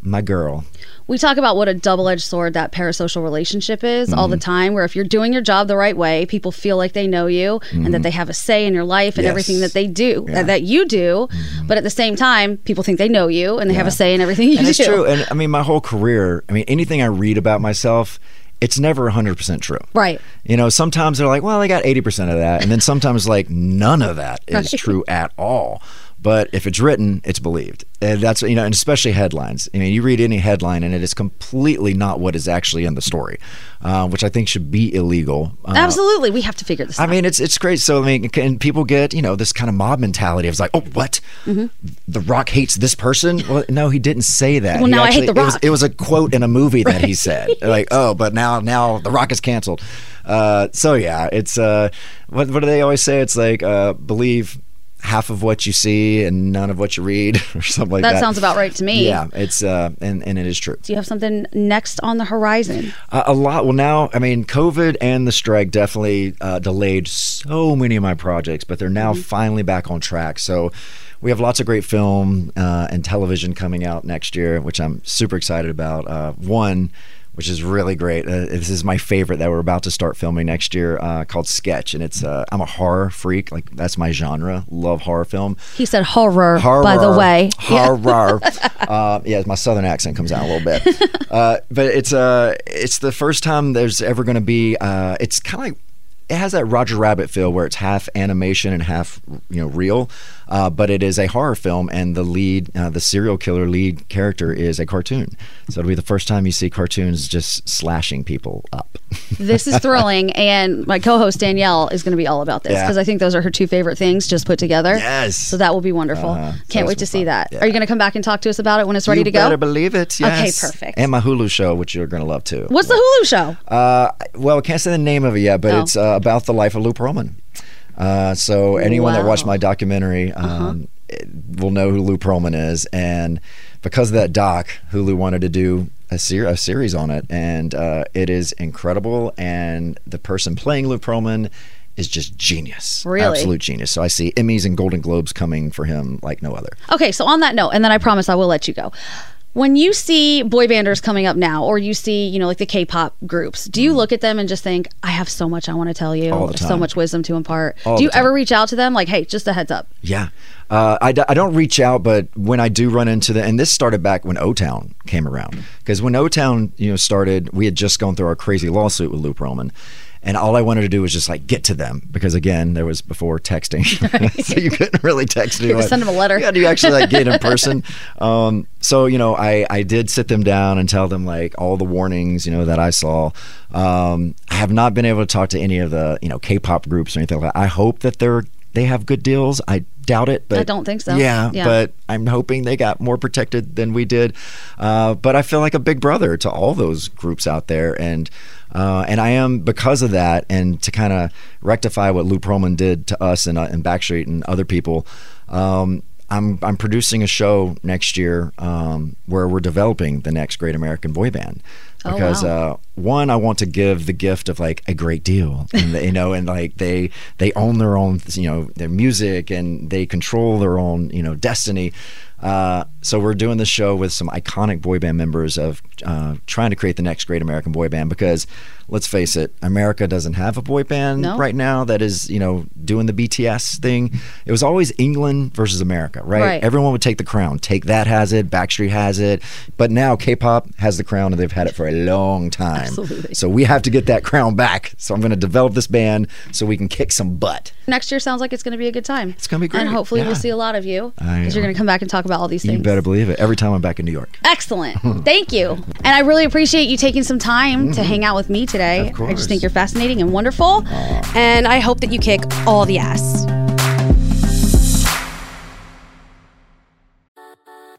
Speaker 3: my girl.
Speaker 1: we talk about what a double-edged sword that parasocial relationship is all the
Speaker 3: Mm-hmm.
Speaker 1: time where if you're doing your job the right way people feel like they know you and that they have a say in your life and
Speaker 3: Mm-hmm. Yes.
Speaker 1: everything that they do
Speaker 3: Yeah. Mm-hmm.
Speaker 1: that, that you do but at the same time people think they know you and they have a say in everything you
Speaker 3: And
Speaker 1: do
Speaker 3: it's true. And I mean, my whole career. I mean, anything I read about myself, it's never 100 percent true.
Speaker 1: right
Speaker 3: You know, sometimes they're like, well, I got 80% of that. And then sometimes, like, none of that is true at all. But if it's written, it's believed. And that's, you know, and especially headlines. I mean, you read any headline and it is completely not what is actually in the story, uh, which I think should be illegal. Uh,
Speaker 1: absolutely we have to figure this
Speaker 3: I
Speaker 1: out
Speaker 3: mean, it's it's great. So I mean, and people get you know this kind of mob mentality. It's like, oh, what?
Speaker 1: Mm-hmm.
Speaker 3: The Rock hates this person. Well, no, he didn't say that.
Speaker 1: Well,
Speaker 3: He
Speaker 1: now I hate The
Speaker 3: It was,
Speaker 1: Rock.
Speaker 3: it was a quote in a movie that he said. Like, oh, but now now The Rock is canceled. Uh, so yeah, it's uh, what what do they always say? It's like uh, believe half of what you see and none of what you read, or something like
Speaker 1: that,
Speaker 3: that.
Speaker 1: sounds about right to me
Speaker 3: Yeah, it's uh, and and it is true.
Speaker 1: do you have something next on the horizon
Speaker 3: Uh, a lot. Well, now, I mean, COVID and the strike definitely uh, delayed so many of my projects, but they're now finally back on track. So we have lots of great film uh, and television coming out next year, which I'm super excited about. Uh, one, which is really great. Uh, this is my favorite that we're about to start filming next year uh, called Sketch. And it's, uh, I'm a horror freak. Like, that's my genre. Love horror film
Speaker 1: he said horror, by the way
Speaker 3: horror. uh, yeah, my southern accent comes out a little bit, uh, but it's uh, it's the first time there's ever going to be. Uh, it's kind of like it has that Roger Rabbit feel where it's half animation and half you know real, uh, but it is a horror film, and the lead, uh, the serial killer lead character, is a cartoon. So it'll be the first time you see cartoons just slashing people up.
Speaker 1: this is thrilling and my co-host danielle is going to be all about this
Speaker 3: Yeah.
Speaker 1: because i think those are her two favorite things just put together
Speaker 3: Yes.
Speaker 1: so that will be wonderful
Speaker 3: Uh-huh.
Speaker 1: can't
Speaker 3: So
Speaker 1: wait
Speaker 3: it's
Speaker 1: to see
Speaker 3: fun.
Speaker 1: that
Speaker 3: Yeah.
Speaker 1: are you going to come back and talk to us about it when it's ready
Speaker 3: you
Speaker 1: to go
Speaker 3: Better believe it.
Speaker 1: Okay,
Speaker 3: yes.
Speaker 1: perfect.
Speaker 3: And my Hulu show, which you're going to love too.
Speaker 1: What's the Hulu show?
Speaker 3: Uh, well, I can't say the name of it yet, but
Speaker 1: Oh.
Speaker 3: it's uh, about the life of Lou Pearlman. Uh, so anyone that watched
Speaker 1: Wow. Uh-huh.
Speaker 3: my documentary um, it- will know who Lou Pearlman is, and because of that doc, Hulu wanted to do a, ser- a series on it, and uh, it is incredible. And the person playing Lou Pearlman is just genius,
Speaker 1: Really?
Speaker 3: absolute genius. So I see Emmys and Golden Globes coming for him like no other.
Speaker 1: Okay, so on that note, and then I promise I will let you go. When you see boy banders coming up now, or you see, you know, like the K-pop groups, do you look at them and just think, "I have so much I want to tell you,
Speaker 3: Mm. All the
Speaker 1: so
Speaker 3: time.
Speaker 1: much wisdom to impart"?
Speaker 3: All
Speaker 1: do you
Speaker 3: the time.
Speaker 1: ever reach out to them, like, "Hey, just a heads up"?
Speaker 3: Yeah. Uh, I, d- I don't reach out, but when I do run into the, and this started back when O Town came around. Because when O Town, you know, started, we had just gone through our crazy lawsuit with Lou Pearlman. And all I wanted to do was just like get to them because again, there was before texting. so you couldn't really text anyone.
Speaker 1: send them a letter.
Speaker 3: You had to actually like get in person. Um, so, you know, I, I did sit them down and tell them like all the warnings, you know, that I saw. Um, I have not been able to talk to any of the, you know, K pop groups or anything like that. I hope that they're they have good deals. I doubt it, but
Speaker 1: I don't think so.
Speaker 3: Yeah,
Speaker 1: Yeah.
Speaker 3: but I'm hoping they got more protected than we did. Uh, but I feel like a big brother to all those groups out there, and uh, and I am because of that, and to kind of rectify what Lou Pearlman did to us and uh, and Backstreet and other people. Um, I'm I'm producing a show next year um, where we're developing the next great American boy band
Speaker 1: Oh,
Speaker 3: because
Speaker 1: wow.
Speaker 3: uh, uh, one, I want to give the gift of like a great deal, and they, you know, and like they they own their own, you know, their music and they control their own, you know, destiny. Uh, so we're doing this show with some iconic boy band members of uh, trying to create the next great American boy band because let's face it, America doesn't have a boy band
Speaker 1: No.
Speaker 3: right now that is you know doing the BTS thing. It was always England versus America, right?
Speaker 1: Right.
Speaker 3: Everyone would take the crown. Take That has it, Backstreet has it, but now K-pop has the crown and they've had it for a long time.
Speaker 1: Absolutely.
Speaker 3: So we have to get that crown back. So I'm going to develop this band so we can kick some butt.
Speaker 1: Next year sounds like it's going to be a good time. It's
Speaker 3: gonna be great,
Speaker 1: And hopefully we'll
Speaker 3: yeah.
Speaker 1: see a lot of you
Speaker 3: I-
Speaker 1: because you're going to come back and talk about all these things.
Speaker 3: You better believe it. Every time I'm back in New York.
Speaker 1: Excellent. Thank you. And I really appreciate you taking some time to hang out with me today. I
Speaker 3: Mm-hmm. course.
Speaker 1: just think you're fascinating and wonderful. And I hope that you kick all the ass.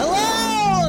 Speaker 5: Hello,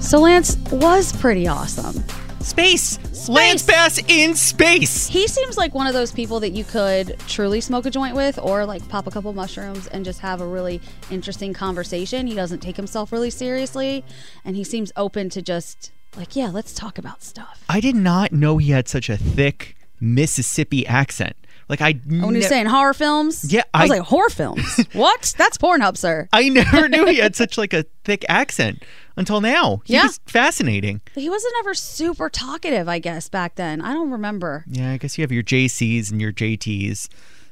Speaker 1: So Lance was pretty awesome.
Speaker 6: Space. Lance Bass in space.
Speaker 1: He seems like one of those people that you could truly smoke a joint with or like pop a couple mushrooms and just have a really interesting conversation. He doesn't take himself really seriously and he seems open to just like, yeah, let's talk about stuff.
Speaker 2: I did not know he had such a thick Mississippi accent. Like I,
Speaker 1: Oh, When he was
Speaker 2: ne-
Speaker 1: saying horror films,
Speaker 2: Yeah,
Speaker 1: I, was
Speaker 2: I-
Speaker 1: like, horror films? what? That's Pornhub, sir.
Speaker 2: I never knew he had such like a thick accent until now. He
Speaker 1: Yeah.
Speaker 2: was fascinating.
Speaker 1: But he wasn't ever super talkative, I guess, back then. I don't remember.
Speaker 2: Yeah, I guess you have your JCs and your JTs,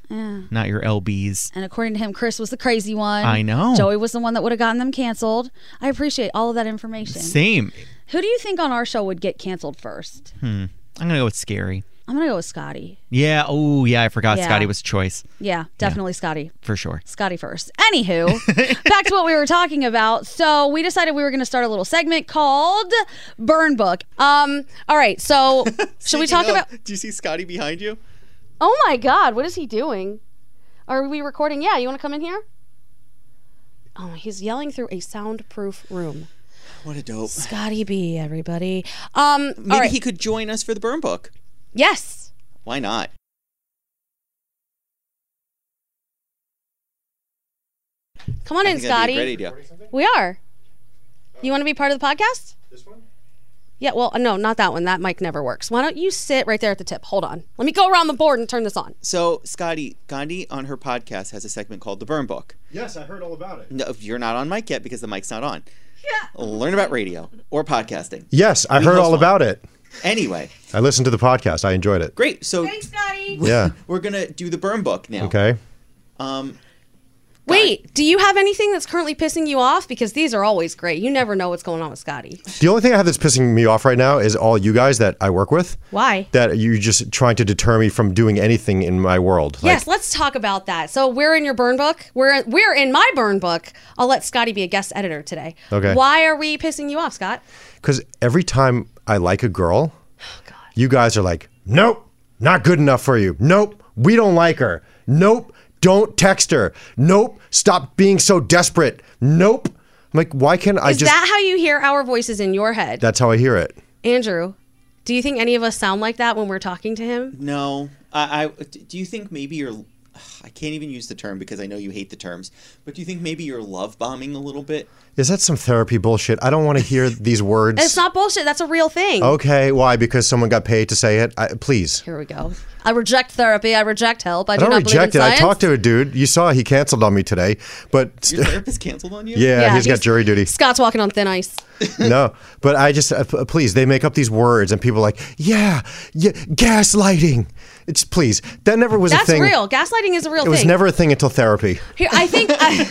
Speaker 2: not your LBs.
Speaker 1: And according to him, Chris was the crazy one.
Speaker 2: I know.
Speaker 1: Joey was the one that would have gotten them canceled. I appreciate all of that information.
Speaker 2: Same. Hmm.
Speaker 1: Who do you think on our show would get canceled first?
Speaker 2: I'm gonna go with scary.
Speaker 1: I'm going to go with Scotty.
Speaker 2: Yeah. Oh, yeah. I forgot
Speaker 1: Yeah.
Speaker 2: Scotty was a choice
Speaker 1: Yeah, definitely Scotty.
Speaker 2: for sure.
Speaker 1: Scotty first. Anywho, back to what we were talking about. So we decided we were going to start a little segment called Burn Book. Um, all right. So should we talk about?
Speaker 6: Do you see Scotty behind you?
Speaker 7: Oh my God, what is he doing? Are we recording? Yeah, you want to come in here? Oh, he's yelling through a soundproof room.
Speaker 2: What a dope.
Speaker 1: Scotty B, everybody. Um,
Speaker 2: Maybe
Speaker 1: all right.
Speaker 2: he could join us for the burn book.
Speaker 1: yes.
Speaker 2: Why not?
Speaker 1: Come on
Speaker 2: I
Speaker 1: in,
Speaker 2: think that'd be
Speaker 1: Scotty.
Speaker 2: a great idea.
Speaker 1: We are. You want to be part of the podcast? This one? Yeah, well, no, not that one. That mic never works. Why don't you sit right there at the tip? Hold on. Let me go around the board and turn this on.
Speaker 2: So, Scotty, Gandhi on her podcast has a segment called The Burn Book.
Speaker 8: Yes, I heard all about it.
Speaker 2: No, you're not on mic yet because the mic's not on. Yeah. Learn about radio or podcasting.
Speaker 8: Yes, I
Speaker 2: We
Speaker 8: heard
Speaker 2: host
Speaker 8: all
Speaker 2: one.
Speaker 8: about it.
Speaker 2: Anyway,
Speaker 8: I listened to the podcast. I enjoyed it.
Speaker 2: great. So,
Speaker 8: Yeah.
Speaker 2: we're going to do The Burn Book now.
Speaker 8: Okay.
Speaker 2: Um,
Speaker 1: Wait, do you have anything that's currently pissing you off? Because these are always great. You never know what's going on with Scotty.
Speaker 8: The only thing I have that's pissing me off right now is all you guys that I work with.
Speaker 1: Why?
Speaker 8: That you're just trying to deter me from doing anything in my world.
Speaker 1: yes, let's talk about that. So we're in your burn book. We're we're in my burn book. I'll let Scotty be a guest editor today.
Speaker 8: Okay.
Speaker 1: Why are we pissing you off, Scott?
Speaker 8: Because every time I like a girl,
Speaker 1: Oh,
Speaker 8: you guys are like, nope, not good enough for you. Nope, we don't like her. Nope, don't text her. Nope, stop being so desperate. Nope. I'm like, why can't I
Speaker 1: Is
Speaker 8: just.
Speaker 1: that how you hear our voices in your head?
Speaker 8: that's how I hear it.
Speaker 1: Andrew, do you think any of us sound like that when we're talking to him?
Speaker 2: No, I, I do you think maybe you're ugh, I can't even use the term because I know you hate the terms, but do you think maybe you're love bombing a little bit?
Speaker 8: Is that some therapy bullshit? I don't want to hear these words.
Speaker 1: It's not bullshit. That's a real thing.
Speaker 8: Okay, why? Because someone got paid to say it? I, please.
Speaker 1: Here we go. I reject therapy. I reject help. I,
Speaker 8: I
Speaker 1: do
Speaker 8: don't
Speaker 1: not
Speaker 8: reject it.
Speaker 1: believe in
Speaker 8: I
Speaker 1: science.
Speaker 8: talked to a dude. You saw he canceled on me today, but
Speaker 2: Your therapist canceled on you?
Speaker 8: yeah, he's got
Speaker 1: he's-
Speaker 8: jury duty.
Speaker 1: Scott's walking on thin ice.
Speaker 8: no, but I just uh, p- please. They make up these words, and people are like, yeah, yeah, gaslighting. It's please. That never was
Speaker 1: That's
Speaker 8: a thing.
Speaker 1: real. Gaslighting is a real
Speaker 8: It was
Speaker 1: thing.
Speaker 8: never a thing until therapy.
Speaker 1: Here, I think I,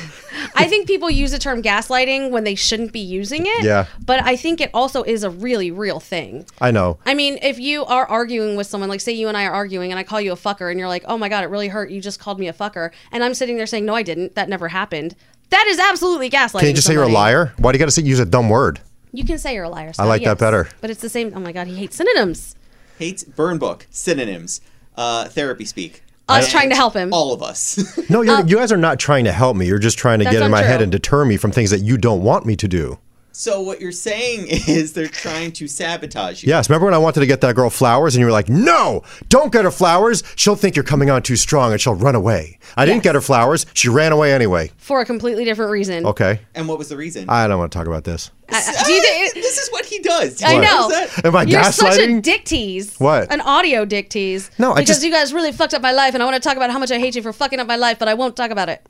Speaker 1: I think people use the term gaslighting when they shouldn't be using it.
Speaker 8: Yeah.
Speaker 1: But I think it also is a really real thing.
Speaker 8: I know.
Speaker 1: I mean, if you are arguing with someone, like say you and I are arguing and I call you a fucker and you're like, oh my God, it really hurt. You just called me a fucker. And I'm sitting there saying, no, I didn't. That never happened. That is absolutely gaslighting.
Speaker 8: Can you just say you're a
Speaker 1: somebody.
Speaker 8: liar? Why do you got to say use a dumb word?
Speaker 1: You can say you're a liar. Scott,
Speaker 8: like that
Speaker 1: yes.
Speaker 8: better.
Speaker 1: But it's the same. Oh my God, he hates synonyms.
Speaker 2: Hates burn book, synonyms, uh, therapy speak.
Speaker 1: Us
Speaker 2: And
Speaker 1: trying to help him.
Speaker 2: All of us.
Speaker 8: No, you're,
Speaker 1: Um,
Speaker 8: you guys are not trying to help me. You're just trying to
Speaker 2: That's
Speaker 8: get in my
Speaker 2: untrue.
Speaker 8: head and deter me from things that you don't want me to do.
Speaker 2: so what you're saying is they're trying to sabotage you.
Speaker 8: Yes, remember when I wanted to get that girl flowers and you were like, no, don't get her flowers. She'll think you're coming on too strong and she'll run away. I didn't get her flowers. She ran away anyway.
Speaker 1: For a completely different reason.
Speaker 8: Okay.
Speaker 2: And what was the reason?
Speaker 8: I don't want to talk about this.
Speaker 1: I- I- do you think
Speaker 2: this is what he does?
Speaker 1: I
Speaker 8: What?
Speaker 1: know.
Speaker 8: Am I
Speaker 1: You're such a
Speaker 8: gaslighting?
Speaker 1: dick tease.
Speaker 8: What?
Speaker 1: An audio dick tease.
Speaker 8: No, I
Speaker 1: because
Speaker 8: just-
Speaker 1: you guys really fucked up my life, and I want to talk about how much I hate you for fucking up my life, but I won't talk about it.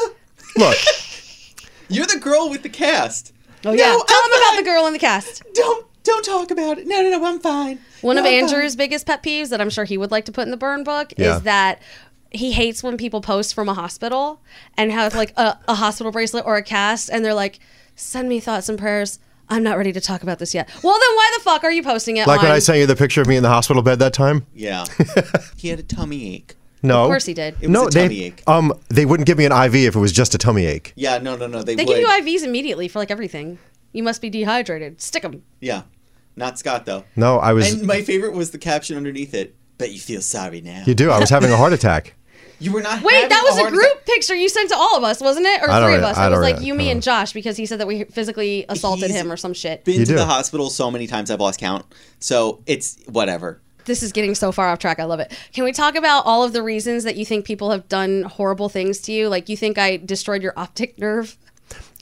Speaker 8: Look,
Speaker 2: You're the girl with the cast.
Speaker 1: Oh yeah, tell them about the girl in the cast.
Speaker 2: Don't don't talk about it. No, no, no, I'm fine.
Speaker 1: One of
Speaker 2: No, I'm
Speaker 1: Andrew's biggest pet peeves that I'm sure he would like to put in the burn book
Speaker 8: Yeah.
Speaker 1: is that he hates when people post from a hospital and have like a, a hospital bracelet or a cast, and they're like, "Send me thoughts and prayers." I'm not ready to talk about this yet. Well, then why the fuck are you posting it?
Speaker 8: like
Speaker 1: on-
Speaker 8: when I sent you the picture of me in the hospital bed that time?
Speaker 2: Yeah. he had a tummy ache.
Speaker 8: No.
Speaker 1: Of course he did. It was
Speaker 8: no,
Speaker 2: a
Speaker 8: they,
Speaker 2: tummy ache.
Speaker 8: Um, they wouldn't give me an IV if it was just a tummy ache.
Speaker 2: Yeah, no, no, no. They,
Speaker 1: They
Speaker 2: would.
Speaker 1: give you IVs immediately for like everything. You must be dehydrated. Stick them.
Speaker 2: Yeah. Not Scott though.
Speaker 8: No, Oh, I was.
Speaker 2: And my favorite was the caption underneath it. Bet you feel sorry now.
Speaker 8: you do. I was having a heart attack.
Speaker 2: You were not.
Speaker 1: Wait,
Speaker 2: having
Speaker 1: that was a
Speaker 2: heart
Speaker 1: group picture you sent to all of us, wasn't it? Or
Speaker 8: I don't
Speaker 1: three of
Speaker 8: re-
Speaker 1: us.
Speaker 8: I
Speaker 1: It was
Speaker 8: don't re-
Speaker 1: like you, me, and Josh because he said that we physically assaulted him or some shit.
Speaker 2: attack. Been
Speaker 8: You
Speaker 2: to
Speaker 8: do.
Speaker 2: the hospital so many times I've lost count. So it's whatever.
Speaker 1: This is getting so far off track. I love it. Can we talk about all of the reasons that you think people have done horrible things to you? Like you think I destroyed your optic nerve?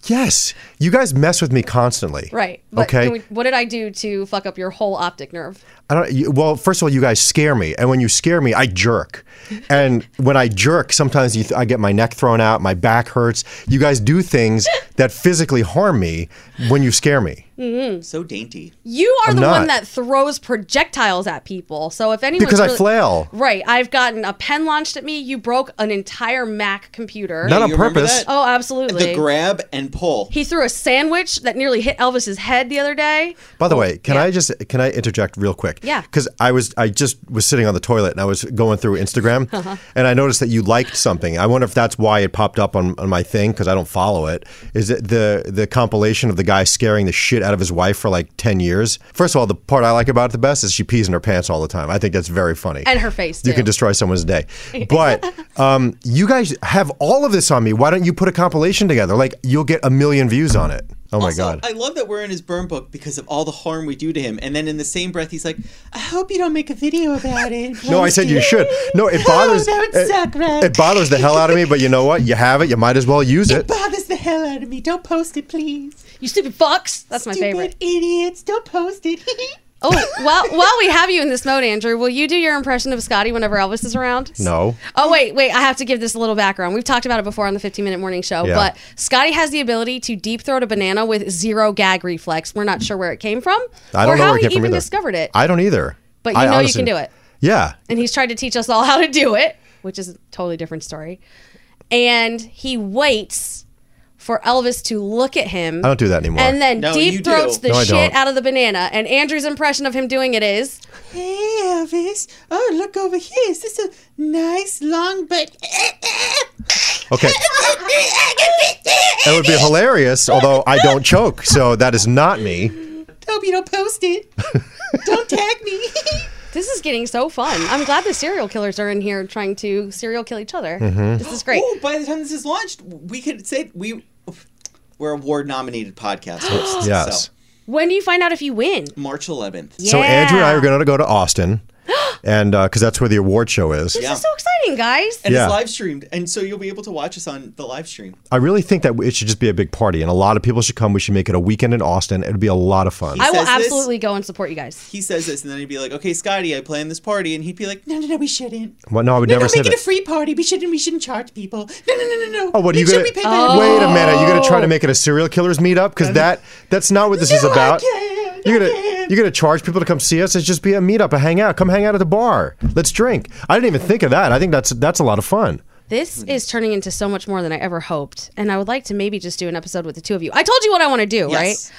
Speaker 8: Yes. You guys mess with me constantly.
Speaker 1: Right. But
Speaker 8: okay.
Speaker 1: Can we, what did I do to fuck up your whole optic nerve?
Speaker 8: I don't. You, well, first of all, you guys scare me, and when you scare me, I jerk. And when I jerk, sometimes you th- I get my neck thrown out, my back hurts. You guys do things that physically harm me when you scare me.
Speaker 2: So dainty.
Speaker 1: Mm-hmm. You are
Speaker 8: I'm
Speaker 1: the one
Speaker 8: not.
Speaker 1: that throws projectiles at people. So if anyone
Speaker 8: Because I flail.
Speaker 1: Right. I've gotten a pen launched at me. You broke an entire Mac computer.
Speaker 8: Not Yeah, on you remember purpose. that?
Speaker 1: Oh, absolutely.
Speaker 2: The grab and pull.
Speaker 1: He threw a sandwich that nearly hit Elvis's head the other day.
Speaker 8: By the way, can I just can I interject real quick?
Speaker 1: Oh, Yeah.
Speaker 8: Because I was I just was sitting on the toilet and I was going through Instagram
Speaker 1: Uh-huh.
Speaker 8: and I noticed that you liked something. I wonder if that's why it popped up on, on my thing because I don't follow it. Is it the the compilation of the guy scaring the shit out of his wife for like 10 years. First of all, the part I like about it the best is she pees in her pants all the time. I think that's very funny.
Speaker 1: And her face,
Speaker 8: You
Speaker 1: too.
Speaker 8: could destroy someone's day. But um, you guys have all of this on me. Why don't you put a compilation together? Like, you'll get a million views on it. Oh my God.
Speaker 2: I love that we're in his burn book because of all the harm we do to him. And then in the same breath, he's like, I hope you don't make a video about it.
Speaker 8: No, I said you should. No, it bothers.
Speaker 2: that would
Speaker 8: it,
Speaker 2: suck, man.
Speaker 8: It bothers the hell out of me. But you know what? You have it. You might as well use it.
Speaker 2: bothers the hell out of me. Don't post it, please.
Speaker 1: You stupid fucks. That's my favorite. Idiots, don't post it. oh, well, while we have you in this mode, Andrew, will you do your impression of Scotty whenever Elvis is around?
Speaker 8: No.
Speaker 1: Oh, wait, wait. I have to give this a little background. We've talked about it before on the 15 Minute Morning Show,
Speaker 8: Yeah.
Speaker 1: but Scotty has the ability to deep throat a banana with zero gag reflex. We're not sure where it came from
Speaker 8: I don't
Speaker 1: or
Speaker 8: know
Speaker 1: how
Speaker 8: where it
Speaker 1: he
Speaker 8: came from
Speaker 1: even
Speaker 8: either.
Speaker 1: discovered it.
Speaker 8: I don't either.
Speaker 1: but you
Speaker 8: I
Speaker 1: know
Speaker 8: honestly-
Speaker 1: you can do it.
Speaker 8: Yeah.
Speaker 1: And he's tried to teach us all how to do it, which is a totally different story. And he waits for Elvis to look at him.
Speaker 8: I don't do that anymore.
Speaker 1: And then
Speaker 8: No, you
Speaker 1: deep
Speaker 8: do.
Speaker 1: throats the
Speaker 8: No, I
Speaker 1: shit
Speaker 8: don't.
Speaker 1: out of the banana. And Andrew's impression of him doing it is
Speaker 2: Hey, Elvis. Oh, look over here. Is this a nice, long, but.
Speaker 8: Okay. That would be hilarious. Although I don't choke, so that is not me.
Speaker 2: Hope you don't post it. don't tag me.
Speaker 1: This is getting so fun. I'm glad the serial killers are in here trying to serial kill each other.
Speaker 8: Mm-hmm.
Speaker 2: Mhm.
Speaker 1: This is great.
Speaker 2: Oh, by the time this is launched, we could say we we're award nominated podcast hosts.
Speaker 8: Yes.
Speaker 2: So
Speaker 1: When do you find out if you win?
Speaker 2: March 11th.
Speaker 8: So Andrew and I are going to go to Austin, and because that's where the award show is.
Speaker 1: This is so exciting, guys.
Speaker 2: And
Speaker 8: Yeah.
Speaker 2: it's live streamed, and so you'll be able to watch us on the live stream.
Speaker 8: I really think that it should just be a big party, and a lot of people should come. We should make it a weekend in Austin. It'd be a lot of fun.
Speaker 1: I will
Speaker 2: says this-
Speaker 1: absolutely go and support you guys.
Speaker 2: He says this, and then he'd be like, "Okay, Scotty, I plan this party," and he'd be like, "No, no, no, we shouldn't.
Speaker 8: Well, no, I would
Speaker 2: no,
Speaker 8: never
Speaker 2: no,
Speaker 8: say
Speaker 2: make it
Speaker 8: that.
Speaker 2: a free party. We shouldn't. We shouldn't charge people. No, no, no, no, no.
Speaker 8: Oh, what are you
Speaker 2: Make sure
Speaker 8: gonna?
Speaker 2: we pay back."
Speaker 8: Wait a minute, you're gonna try to
Speaker 1: Oh.
Speaker 8: make it a serial killers meetup because that that's not what this is
Speaker 2: No, I
Speaker 8: about.
Speaker 2: can't,
Speaker 8: You're gonna you're gonna charge people to come see us. It's just be a meetup, a hangout. Come hang out at the bar. Let's drink. I didn't even think of that. I think that's that's a lot of fun.
Speaker 1: This
Speaker 8: Hmm.
Speaker 1: is turning into so much more than I ever hoped. And I would like to maybe just do an episode with the two of you. I told you what I want to do,
Speaker 2: Yes.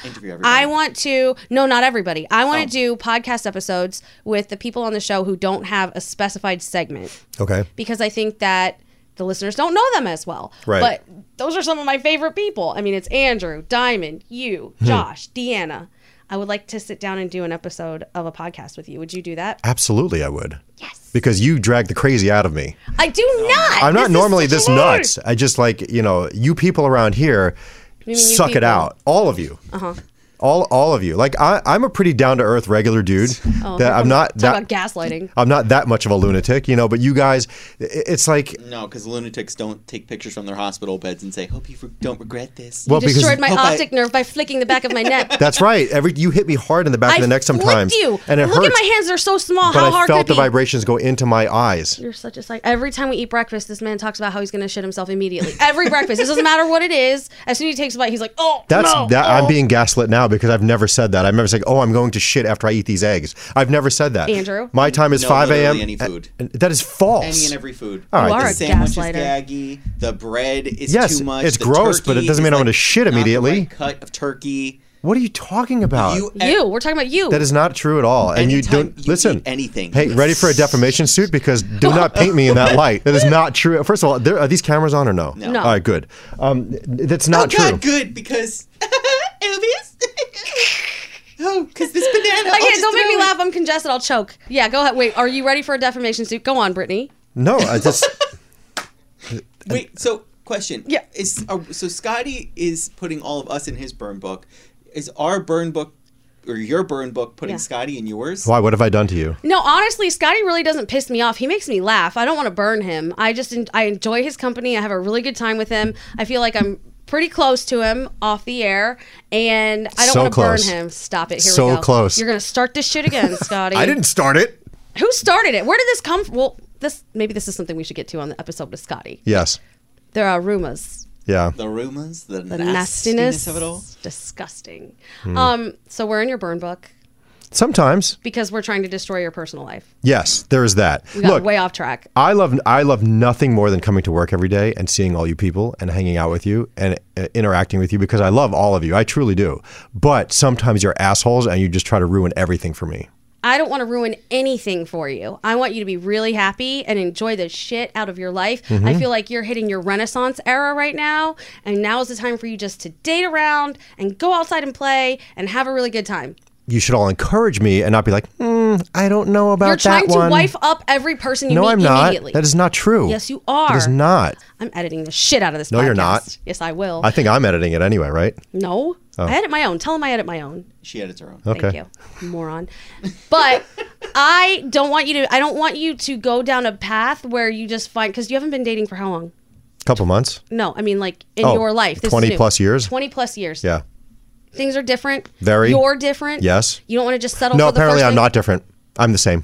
Speaker 1: right?
Speaker 2: Interview everybody.
Speaker 1: I want to, no, not everybody. I
Speaker 8: Oh.
Speaker 1: want to do podcast episodes with the people on the show who don't have a specified segment.
Speaker 8: Okay.
Speaker 1: because I think that the listeners don't know them as well.
Speaker 8: Right.
Speaker 1: But those are some of my favorite people. I mean, it's Andrew, Diamond, you,
Speaker 8: Hmm.
Speaker 1: Josh, Deanna. I would like to sit down and do an episode of a podcast with you. Would you do that?
Speaker 8: Absolutely, I would. Yes. Because you drag the crazy out of me.
Speaker 1: I do not.
Speaker 8: I'm not
Speaker 1: is
Speaker 8: normally
Speaker 1: such a
Speaker 8: this
Speaker 1: load.
Speaker 8: nuts. I just like you know you people around here
Speaker 1: You mean you
Speaker 8: suck it
Speaker 1: people.
Speaker 8: out, all of you.
Speaker 1: Uh-huh.
Speaker 8: All, all of you. Like I, I'm a pretty down to earth regular dude.
Speaker 1: Oh,
Speaker 8: that I'm not
Speaker 1: talk
Speaker 8: that
Speaker 1: about gaslighting.
Speaker 8: I'm not that much of a lunatic, you know, but you guys, i- it's like,
Speaker 2: No, because lunatics don't take pictures from their hospital beds and say, "Hope you re- don't regret this."
Speaker 8: Well, because-
Speaker 1: Destroyed my
Speaker 8: Hope I-
Speaker 1: optic nerve by flicking the back of my neck.
Speaker 8: that's right. Every You hit me hard in the back
Speaker 1: I
Speaker 8: of the neck
Speaker 1: flicked
Speaker 8: sometimes.
Speaker 1: you.
Speaker 8: And it
Speaker 1: Look
Speaker 8: hurts.
Speaker 1: at my hands; they're so small.
Speaker 8: But
Speaker 1: How
Speaker 8: I
Speaker 1: hard
Speaker 8: felt
Speaker 1: could it
Speaker 8: the
Speaker 1: be?
Speaker 8: vibrations go into my eyes.
Speaker 1: You're such a psych. Every time we eat breakfast, this man talks about how he's going to shit himself immediately. Every breakfast. It doesn't matter what it is. As soon as he takes a bite, he's like, oh,
Speaker 8: That's
Speaker 1: no,
Speaker 8: that.
Speaker 1: oh.
Speaker 8: I'm being gaslit now because I've never said that. I remember saying, "Oh, I'm going to shit after I eat these eggs." I've never said that.
Speaker 1: Andrew?
Speaker 8: my time is
Speaker 2: No,
Speaker 8: 5 a.m.
Speaker 2: literally any food.
Speaker 8: And That is false.
Speaker 2: Any and every food.
Speaker 8: All right, You are
Speaker 2: the
Speaker 8: a
Speaker 2: sandwich
Speaker 1: gaslighter.
Speaker 2: is gaggy. The bread is
Speaker 8: yes,
Speaker 2: too much.
Speaker 8: it's
Speaker 2: the
Speaker 8: gross, but it
Speaker 2: turkey
Speaker 8: doesn't mean
Speaker 2: is,
Speaker 8: I'm going to
Speaker 2: like,
Speaker 8: shit
Speaker 2: not the
Speaker 8: immediately.
Speaker 2: right cut of turkey.
Speaker 8: What are you talking about?
Speaker 1: You. We're talking about you.
Speaker 8: that is not true at all. And you don't listen.
Speaker 2: anything.
Speaker 8: Hey, ready for a defamation suit? Because do not paint me in that light. That is not true. First of all, there, are these cameras on or no?
Speaker 2: No. No.
Speaker 8: All right, good. Um, th- that's not
Speaker 2: oh, God,
Speaker 8: true.
Speaker 2: good because Elvis. oh, because this banana. I'll
Speaker 1: Okay,
Speaker 2: just
Speaker 1: don't make
Speaker 2: throw
Speaker 1: me
Speaker 2: it.
Speaker 1: laugh. I'm congested. I'll choke. Yeah, go ahead. Wait, are you ready for a defamation suit? Go on, Brittany.
Speaker 8: No, I just.
Speaker 2: Wait. So, question. Yeah. Is are, so Scotty is putting all of us in his burn book. Is our burn book or your burn book putting
Speaker 1: Yeah.
Speaker 2: Scotty in yours?
Speaker 8: Why? What have I done to you?
Speaker 1: No, honestly, Scotty really doesn't piss me off. He makes me laugh. I don't want to burn him. I just en- I enjoy his company. I have a really good time with him. I feel like I'm pretty close to him off the air, and I don't
Speaker 8: So
Speaker 1: want to burn
Speaker 8: close.
Speaker 1: him. Stop it. Here we
Speaker 8: So
Speaker 1: go.
Speaker 8: close.
Speaker 1: You're gonna start this shit again, Scotty.
Speaker 8: I didn't start it.
Speaker 1: Who started it? Where did this come? from? Well, this maybe this is something we should get to on the episode with Scotty.
Speaker 8: Yes.
Speaker 1: There are rumors.
Speaker 8: Yeah.
Speaker 2: The rumors, the,
Speaker 1: The
Speaker 2: nastiness,
Speaker 1: nastiness
Speaker 2: of it all.
Speaker 1: Disgusting.
Speaker 8: Hmm.
Speaker 1: Um. So we're in your burn book.
Speaker 8: Sometimes.
Speaker 1: because we're trying to destroy your personal life.
Speaker 8: Yes, there is that.
Speaker 1: We got
Speaker 8: Look,
Speaker 1: way off track.
Speaker 8: I love I love nothing more than coming to work every day and seeing all you people and hanging out with you and uh, interacting with you because I love all of you. I truly do. But sometimes you're assholes and you just try to ruin everything for me.
Speaker 1: I don't want to ruin anything for you. I want you to be really happy and enjoy the shit out of your life.
Speaker 9: Mhm.
Speaker 8: Mm-hmm.
Speaker 1: I feel like you're hitting your renaissance era right now, and now is the time for you just to date around and go outside and play and have a really good time.
Speaker 8: You should all encourage me and not be like, "Hmm, I don't know about
Speaker 1: you're trying
Speaker 8: that one.
Speaker 1: to wife up every person you
Speaker 8: no,
Speaker 1: meet
Speaker 8: I'm not.
Speaker 1: immediately.
Speaker 8: That is not true.
Speaker 1: Yes, you are.
Speaker 8: That is not.
Speaker 1: I'm editing the shit out of this.
Speaker 8: No, you're
Speaker 1: podcast.
Speaker 8: not.
Speaker 1: Yes, I will.
Speaker 8: I think I'm editing it anyway, right?
Speaker 1: No,
Speaker 8: Oh.
Speaker 1: I edit my own. Tell him I edit my own.
Speaker 2: She edits her own.
Speaker 8: Okay.
Speaker 1: Thank you, moron. But I don't want you to. I don't want you to go down a path where you just find because you haven't been dating for how long?
Speaker 8: Couple months.
Speaker 1: No, I mean like in
Speaker 8: Oh,
Speaker 1: your life. This is
Speaker 8: 20
Speaker 1: new.
Speaker 8: plus years?
Speaker 1: Twenty plus years.
Speaker 8: Yeah.
Speaker 1: Things are different.
Speaker 8: Very.
Speaker 1: You're different.
Speaker 8: Yes.
Speaker 1: You don't want to just settle.
Speaker 8: no,
Speaker 1: for the
Speaker 8: apparently
Speaker 1: first
Speaker 8: I'm
Speaker 1: thing.
Speaker 8: not different. I'm the same.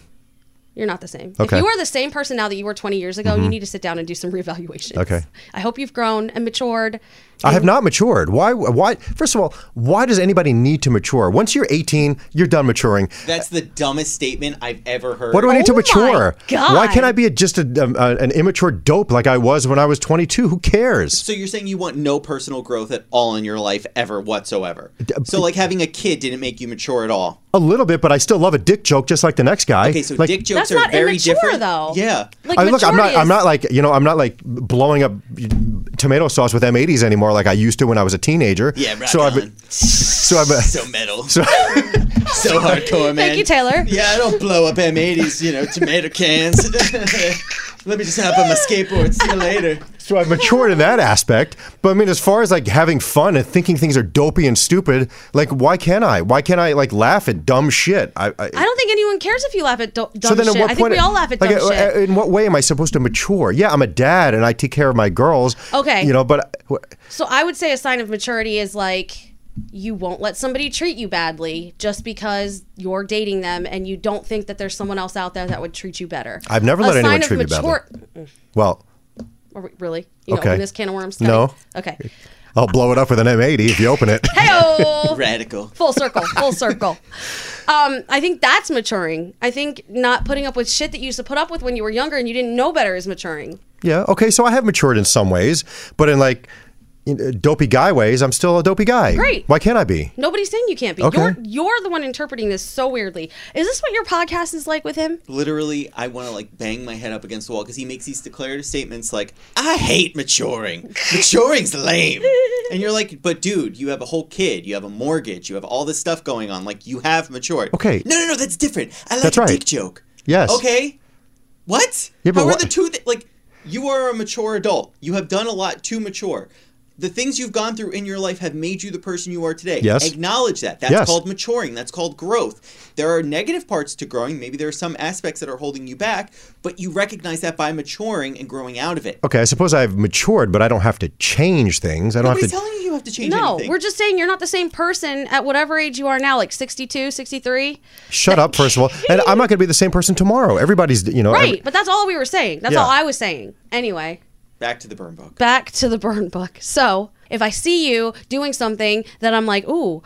Speaker 1: You're not the same.
Speaker 8: Okay.
Speaker 1: If you are the same person now that you were 20 years ago, you
Speaker 8: Mhm.
Speaker 1: need to sit down and do some reevaluation.
Speaker 8: Okay.
Speaker 1: I hope you've grown and matured.
Speaker 8: I have not matured. Why? Why? First of all, why does anybody need to mature? Once you're 18, you're done maturing.
Speaker 2: That's the dumbest statement I've ever heard.
Speaker 8: What do I
Speaker 1: Oh
Speaker 8: need to mature?
Speaker 2: God.
Speaker 8: Why can't I be a, just a, um, uh, an immature dope like I was when I was 22? Who cares?
Speaker 2: So you're saying you want no personal growth at all in your life ever whatsoever.
Speaker 8: uh,
Speaker 2: So like having a kid didn't make you mature at all.
Speaker 8: A little bit, but I still love a dick joke just like the next guy.
Speaker 2: Okay, so
Speaker 8: Like-
Speaker 2: dick jokes
Speaker 1: That's
Speaker 2: are
Speaker 1: not
Speaker 2: very
Speaker 1: immature,
Speaker 2: different.
Speaker 1: though.
Speaker 2: Yeah.
Speaker 1: Like,
Speaker 8: I mean, look, I'm not.
Speaker 1: maturity
Speaker 8: I'm
Speaker 1: is-
Speaker 8: not like you know. I'm not like blowing up tomato sauce with M80s anymore, like I used to when I was a teenager.
Speaker 2: Yeah, right
Speaker 8: So I've. So I've.
Speaker 2: So metal.
Speaker 8: So,
Speaker 2: So hardcore, man.
Speaker 1: Thank you, Taylor.
Speaker 2: Yeah, I don't blow up M80s, you know, tomato cans. Let me just hop on my skateboard. See you later.
Speaker 8: so I've matured in that aspect. But I mean, as far as like having fun and thinking things are dopey and stupid, like why can't I? Why can't I like laugh at dumb shit? I. I
Speaker 1: I don't think anyone cares if you laugh at do- dumb shit. I think we all laugh at dumb
Speaker 8: like, uh,
Speaker 1: shit.
Speaker 8: uh, In what way am I supposed to mature? Yeah, I'm a dad and I take care of my girls.
Speaker 1: Okay.
Speaker 8: You know, but
Speaker 1: so I would say a sign of maturity is like you won't let somebody treat you badly just because you're dating them and you don't think that there's someone else out there that would treat you better.
Speaker 8: I've never
Speaker 1: A
Speaker 8: let anyone
Speaker 1: sign of
Speaker 8: treat me badly.
Speaker 1: mature-
Speaker 8: well,
Speaker 1: Are we- Really? You know,
Speaker 8: Okay.
Speaker 1: open this can of worms?
Speaker 8: No.
Speaker 1: Okay.
Speaker 8: I'll blow it up with an M80 if you open it.
Speaker 1: Hey-o!
Speaker 2: Radical.
Speaker 1: full circle full circle um, i think that's maturing i think not putting up with shit that you used to put up with when you were younger and you didn't know better is maturing
Speaker 8: Yeah. Okay. So I have matured in some ways, but in like in, uh, dopey guy ways, I'm still a dopey guy.
Speaker 1: Great.
Speaker 8: Why can't I be?
Speaker 1: nobody's saying you can't be
Speaker 8: Okay.
Speaker 1: you're, you're the one interpreting this so weirdly is this what your podcast is like with him
Speaker 2: Literally, I want to like bang my head up against the wall because he makes these declarative statements like, I hate maturing. Maturing's lame. And you're like, but dude, you have a whole kid, you have a mortgage, you have all this stuff going on. Like, you have matured.
Speaker 8: Okay.
Speaker 2: No, no, no, that's different. I like
Speaker 8: That's
Speaker 2: a
Speaker 8: right.
Speaker 2: dick joke.
Speaker 8: Yes.
Speaker 2: Okay. What?
Speaker 8: Yeah, but
Speaker 2: How
Speaker 8: what-
Speaker 2: are the two th- like? You are a mature adult. You have done a lot to mature. The things you've gone through in your life have made you the person you are today.
Speaker 8: Yes.
Speaker 2: Acknowledge that. That's
Speaker 8: Yes.
Speaker 2: called maturing. That's called growth. There are negative parts to growing. Maybe there are some aspects that are holding you back, but you recognize that by maturing and growing out of it.
Speaker 8: Okay. I suppose I've matured, but I don't have to change things. I don't have
Speaker 2: Nobody's
Speaker 8: to.
Speaker 2: telling you you have to change
Speaker 1: no
Speaker 2: anything.
Speaker 1: we're just saying you're not the same person at whatever age you are now like 62 63
Speaker 8: Shut up, first of all. And I'm not going to be the same person tomorrow. Everybody's, you know.
Speaker 1: right
Speaker 8: every-
Speaker 1: but that's all we were saying that's
Speaker 8: Yeah.
Speaker 1: all i was saying anyway
Speaker 2: Back to the burn book.
Speaker 1: back to the burn book. So if I see you doing something that I'm like, ooh,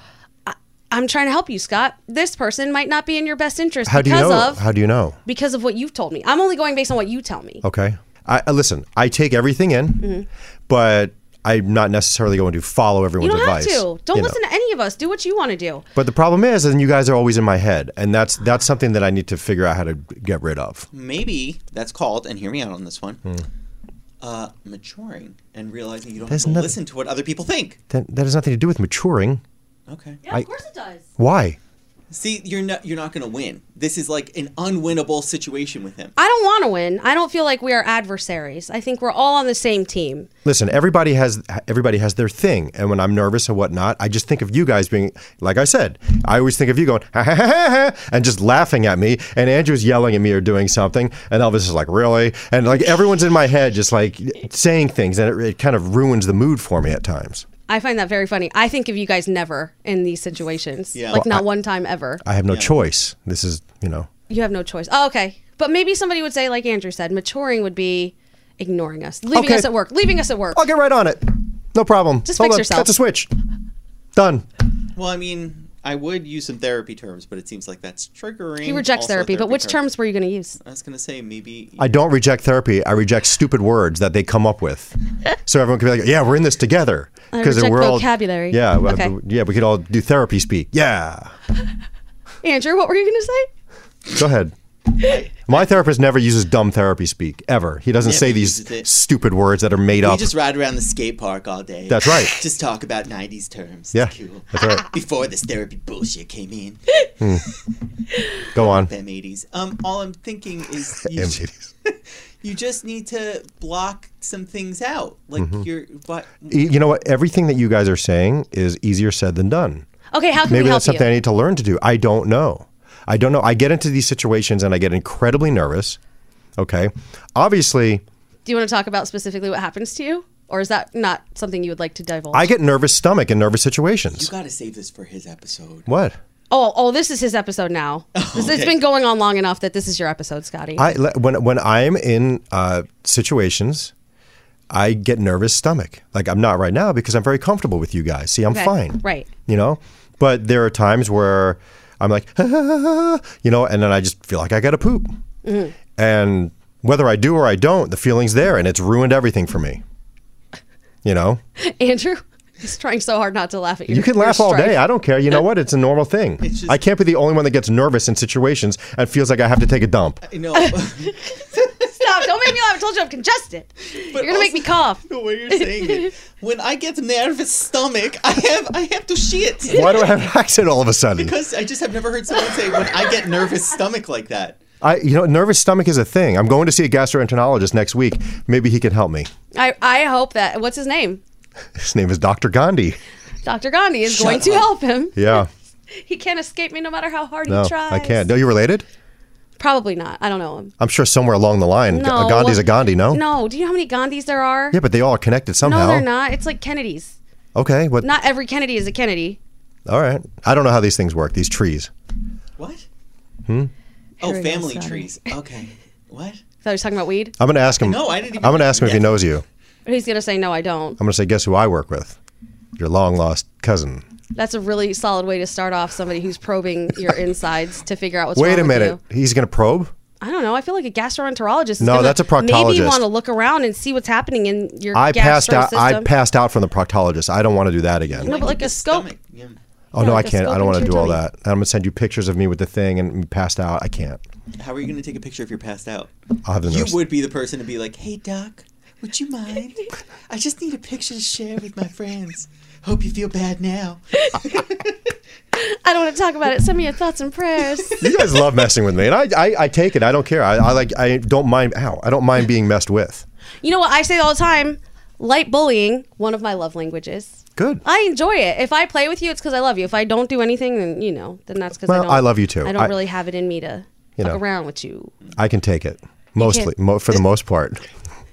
Speaker 1: I, I'm trying to help you, Scott. This person might not be in your best interest
Speaker 8: how do you
Speaker 1: because
Speaker 8: know?
Speaker 1: of
Speaker 8: how do you know?
Speaker 1: because of what you've told me. I'm only going based on what you tell me.
Speaker 8: Okay. I, I listen. I take everything in,
Speaker 1: Mhm.
Speaker 8: but I'm not necessarily going to follow
Speaker 1: You
Speaker 8: everyone's
Speaker 1: don't
Speaker 8: advice.
Speaker 1: have to. Don't
Speaker 8: you know.
Speaker 1: listen to any of us. Do what you want to do.
Speaker 8: But the problem is, and you guys are always in my head, and that's that's something that I need to figure out how to get rid of.
Speaker 2: Maybe that's called, and hear me out on this one,
Speaker 8: Hmm.
Speaker 2: uh, maturing and realizing you don't
Speaker 8: There's
Speaker 2: have to
Speaker 8: nothing-
Speaker 2: listen to what other people think.
Speaker 8: That that has nothing to do with maturing.
Speaker 2: Okay.
Speaker 8: Yeah, of course it does. Why?
Speaker 2: See, you're not you're not going to win. This is like an unwinnable situation with him.
Speaker 1: I don't want to win. I don't feel like we are adversaries. I think we're all on the same team.
Speaker 8: Listen, everybody has everybody has their thing, and when I'm nervous and whatnot, I just think of you guys being like I said. I always think of you going ha ha ha ha, ha and just laughing at me, and Andrew's yelling at me or doing something, and Elvis is like really, and like everyone's in my head just like saying things, and it, it kind of ruins the mood for me at times.
Speaker 1: I find that very funny. I think of you guys never in these situations.
Speaker 8: Yeah.
Speaker 1: Like
Speaker 8: Well,
Speaker 1: not
Speaker 8: I-
Speaker 1: one time ever.
Speaker 8: I have no choice. This is you know.
Speaker 1: You have no choice. Oh, okay. But maybe somebody would say, like Andrew said, maturing would be ignoring us, leaving
Speaker 8: Okay.
Speaker 1: us at work, leaving us at work.
Speaker 8: I'll get right on it. No problem.
Speaker 1: Just
Speaker 8: Hold
Speaker 1: fix
Speaker 8: on.
Speaker 1: yourself.
Speaker 8: That's a switch. Done.
Speaker 2: Well, I mean, I would use some therapy terms, but it seems like that's triggering.
Speaker 1: He rejects
Speaker 2: Also
Speaker 1: therapy, but which
Speaker 2: term-
Speaker 1: terms were you going to use?
Speaker 2: I was going to say maybe
Speaker 8: I don't reject therapy. I reject stupid words that they come up with, so everyone can be like, "Yeah, we're in this together."
Speaker 1: I
Speaker 8: then
Speaker 1: reject
Speaker 8: all-
Speaker 1: vocabulary.
Speaker 8: yeah, well,
Speaker 1: Okay.
Speaker 8: yeah, we could all do therapy speak. Yeah.
Speaker 1: Andrew, what were you going to say?
Speaker 8: Go ahead. My therapist never uses dumb therapy speak ever. He doesn't
Speaker 2: Never
Speaker 8: say
Speaker 2: uses it.
Speaker 8: these stupid words that are
Speaker 2: We
Speaker 8: made up.
Speaker 2: just ride around the skate park all day.
Speaker 8: That's right.
Speaker 2: Just talk about 90s terms.
Speaker 8: Yeah,
Speaker 2: It's cool.
Speaker 8: that's right.
Speaker 2: Before this therapy bullshit came in.
Speaker 8: Hmm. Go on.
Speaker 2: Them 80s. Um, all I'm thinking is you,
Speaker 8: M80s.
Speaker 2: you just need to block some things out. Like
Speaker 8: Mhm.
Speaker 2: you're. But,
Speaker 8: Y- You know what? Everything that you guys are saying is easier said than done.
Speaker 1: Okay, how can
Speaker 8: Maybe
Speaker 1: we help
Speaker 8: that's something
Speaker 1: you?
Speaker 8: I need to learn to do. I don't know. I don't know. I get into these situations and I get incredibly nervous. Okay. Obviously,
Speaker 1: Do you want to talk about specifically what happens to you, or is that not something you would like to divulge?
Speaker 8: I get nervous stomach in nervous situations.
Speaker 2: You gotta save this for his episode.
Speaker 8: What?
Speaker 1: Oh, oh, this is his episode now.
Speaker 2: Oh,
Speaker 1: This, It's
Speaker 8: Okay.
Speaker 1: been going on long enough that this is your episode, Scotty.
Speaker 8: I le- when when I'm in uh, situations, I get nervous stomach. Like I'm not right now because I'm very comfortable with you guys. See, I'm
Speaker 1: Okay,
Speaker 8: fine.
Speaker 1: Right.
Speaker 8: You know, but there are times where I'm like, you know, and then I just feel like I got to poop,
Speaker 1: Mhm.
Speaker 8: and whether I do or I don't, the feeling's there, and it's ruined everything for me. You know,
Speaker 1: Andrew, he's trying so hard not to laugh at you.
Speaker 8: you can laugh all day. I don't care. You know what? It's a normal thing.
Speaker 1: It's just-
Speaker 8: I can't be the only one that gets nervous in situations and feels like I have to take a dump.
Speaker 2: No.
Speaker 1: Stop! Don't make me laugh. I told you I'm congested. You're gonna make me cough.
Speaker 2: The way you're saying it. When I get nervous stomach, I have I have to shit.
Speaker 8: Why do I have an accent all of a sudden?
Speaker 2: Because I just have never heard someone say when I get nervous stomach like that.
Speaker 8: I, you know, nervous stomach is a thing. I'm going to see a gastroenterologist next week. Maybe he can help me.
Speaker 1: I, I hope that what's his name,
Speaker 8: His name is Dr. Gandhi.
Speaker 1: Dr. Gandhi, is
Speaker 8: Shut
Speaker 1: going to
Speaker 8: up.
Speaker 1: help him.
Speaker 8: Yeah.
Speaker 1: He can't escape me no matter how hard
Speaker 8: No,
Speaker 1: he tries.
Speaker 8: I can't. No, you related?
Speaker 1: Probably not. I don't know him.
Speaker 8: I'm sure somewhere along the line,
Speaker 1: No.
Speaker 8: a Gandhi's a Gandhi, no?
Speaker 1: No. Do you know how many Gandhis there are?
Speaker 8: Yeah, but they all are connected somehow.
Speaker 1: No, they're not. It's like Kennedys.
Speaker 8: Okay, what?
Speaker 1: Not every Kennedy is a Kennedy.
Speaker 8: all right. I don't know how these things work, these trees.
Speaker 2: What?
Speaker 8: Hmm?
Speaker 2: Oh,
Speaker 1: Here we go,
Speaker 2: family
Speaker 1: Scotty.
Speaker 2: trees. Okay. What?
Speaker 1: So he's talking about weed.
Speaker 8: I'm going to ask him.
Speaker 1: No, I didn't even-
Speaker 8: I'm going to ask him if he knows you.
Speaker 1: He's gonna say no, I don't.
Speaker 8: I'm going to say, guess who I work with? Your long lost cousin.
Speaker 1: That's a really solid way to start off somebody who's probing your insides to figure out what's
Speaker 8: Wait
Speaker 1: wrong
Speaker 8: a
Speaker 1: with
Speaker 8: minute.
Speaker 1: you.
Speaker 8: He's going to probe?
Speaker 1: I don't know. I feel like a gastroenterologist. Is
Speaker 8: No,
Speaker 1: gonna
Speaker 8: that's a
Speaker 1: Maybe
Speaker 8: proctologist.
Speaker 1: want to look around and see what's happening in your.
Speaker 8: I passed
Speaker 1: gastro
Speaker 8: out. I
Speaker 1: system.
Speaker 8: passed out from the proctologist. I don't want to do that again.
Speaker 1: No, but like a scope.
Speaker 8: Oh no,
Speaker 1: like
Speaker 8: I
Speaker 1: a
Speaker 8: can't. I
Speaker 1: scope
Speaker 8: don't want to
Speaker 1: into
Speaker 8: do
Speaker 1: your
Speaker 8: all
Speaker 1: tummy.
Speaker 8: that. I'm gonna send you pictures of me with the thing and me passed out. I can't.
Speaker 2: How are you going to take a picture if you're passed out?
Speaker 8: I'll have the
Speaker 2: You
Speaker 8: nurse.
Speaker 2: would be the person to be like, "Hey doc, would you mind? I just need a picture to share with my friends. Hope you feel bad now."
Speaker 1: I don't want to talk about it. Send me your thoughts and prayers.
Speaker 8: You guys love messing with me, and I, I, I take it. I don't care. I, I like. I don't mind. Ow! I don't mind being messed with.
Speaker 1: you know what I say all the time? Light bullying, one of my love languages.
Speaker 8: Good.
Speaker 1: I enjoy it. If I play with you, it's because I love you. If I don't do anything, then you know, then that's because I
Speaker 8: Well,
Speaker 1: don't.
Speaker 8: I love you too.
Speaker 1: I don't
Speaker 8: I-
Speaker 1: really have it in me to
Speaker 8: You
Speaker 1: fuck
Speaker 8: know.
Speaker 1: around with you.
Speaker 8: I can take it mostly,
Speaker 1: can't-
Speaker 8: mo- for the most part.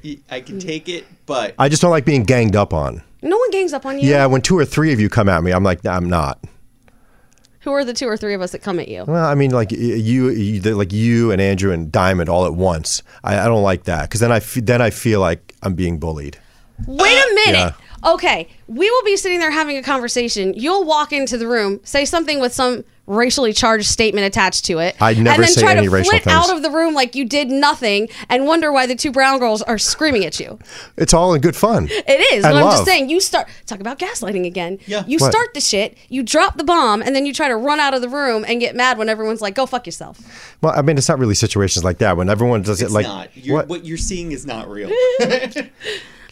Speaker 2: Y- I can take it, but
Speaker 8: I just don't like being ganged up on.
Speaker 1: No one gangs up on you.
Speaker 8: Yeah, when two or three of you come at me, I'm like, nah, I'm not.
Speaker 1: Who are the two or three of us that come at you?
Speaker 8: Well, I mean, like y- you, you they're like you and Andrew and Diamond all at once. I, I don't like that because then I, f- then I feel like I'm being bullied.
Speaker 1: Wait a minute.
Speaker 8: Uh, Yeah.
Speaker 1: Okay, we will be sitting there having a conversation. You'll walk into the room, say something with some racially charged statement attached to it,
Speaker 8: I never
Speaker 1: and then
Speaker 8: say
Speaker 1: try
Speaker 8: any
Speaker 1: to
Speaker 8: racial
Speaker 1: flit
Speaker 8: things.
Speaker 1: out of the room like you did nothing, and wonder why the two brown girls are screaming at you.
Speaker 8: It's all in good fun.
Speaker 1: It is.
Speaker 8: And
Speaker 1: but I'm
Speaker 8: love.
Speaker 1: just saying, you start talk about gaslighting again. Yeah. You
Speaker 8: What?
Speaker 1: start the shit, you drop the bomb, and then you try to run out of the room and get mad when everyone's like, "Go fuck yourself."
Speaker 8: Well, I mean, it's not really situations like that when everyone does
Speaker 2: it's
Speaker 8: it like
Speaker 2: not. You're, what? you're seeing is not real.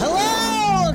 Speaker 5: Hello,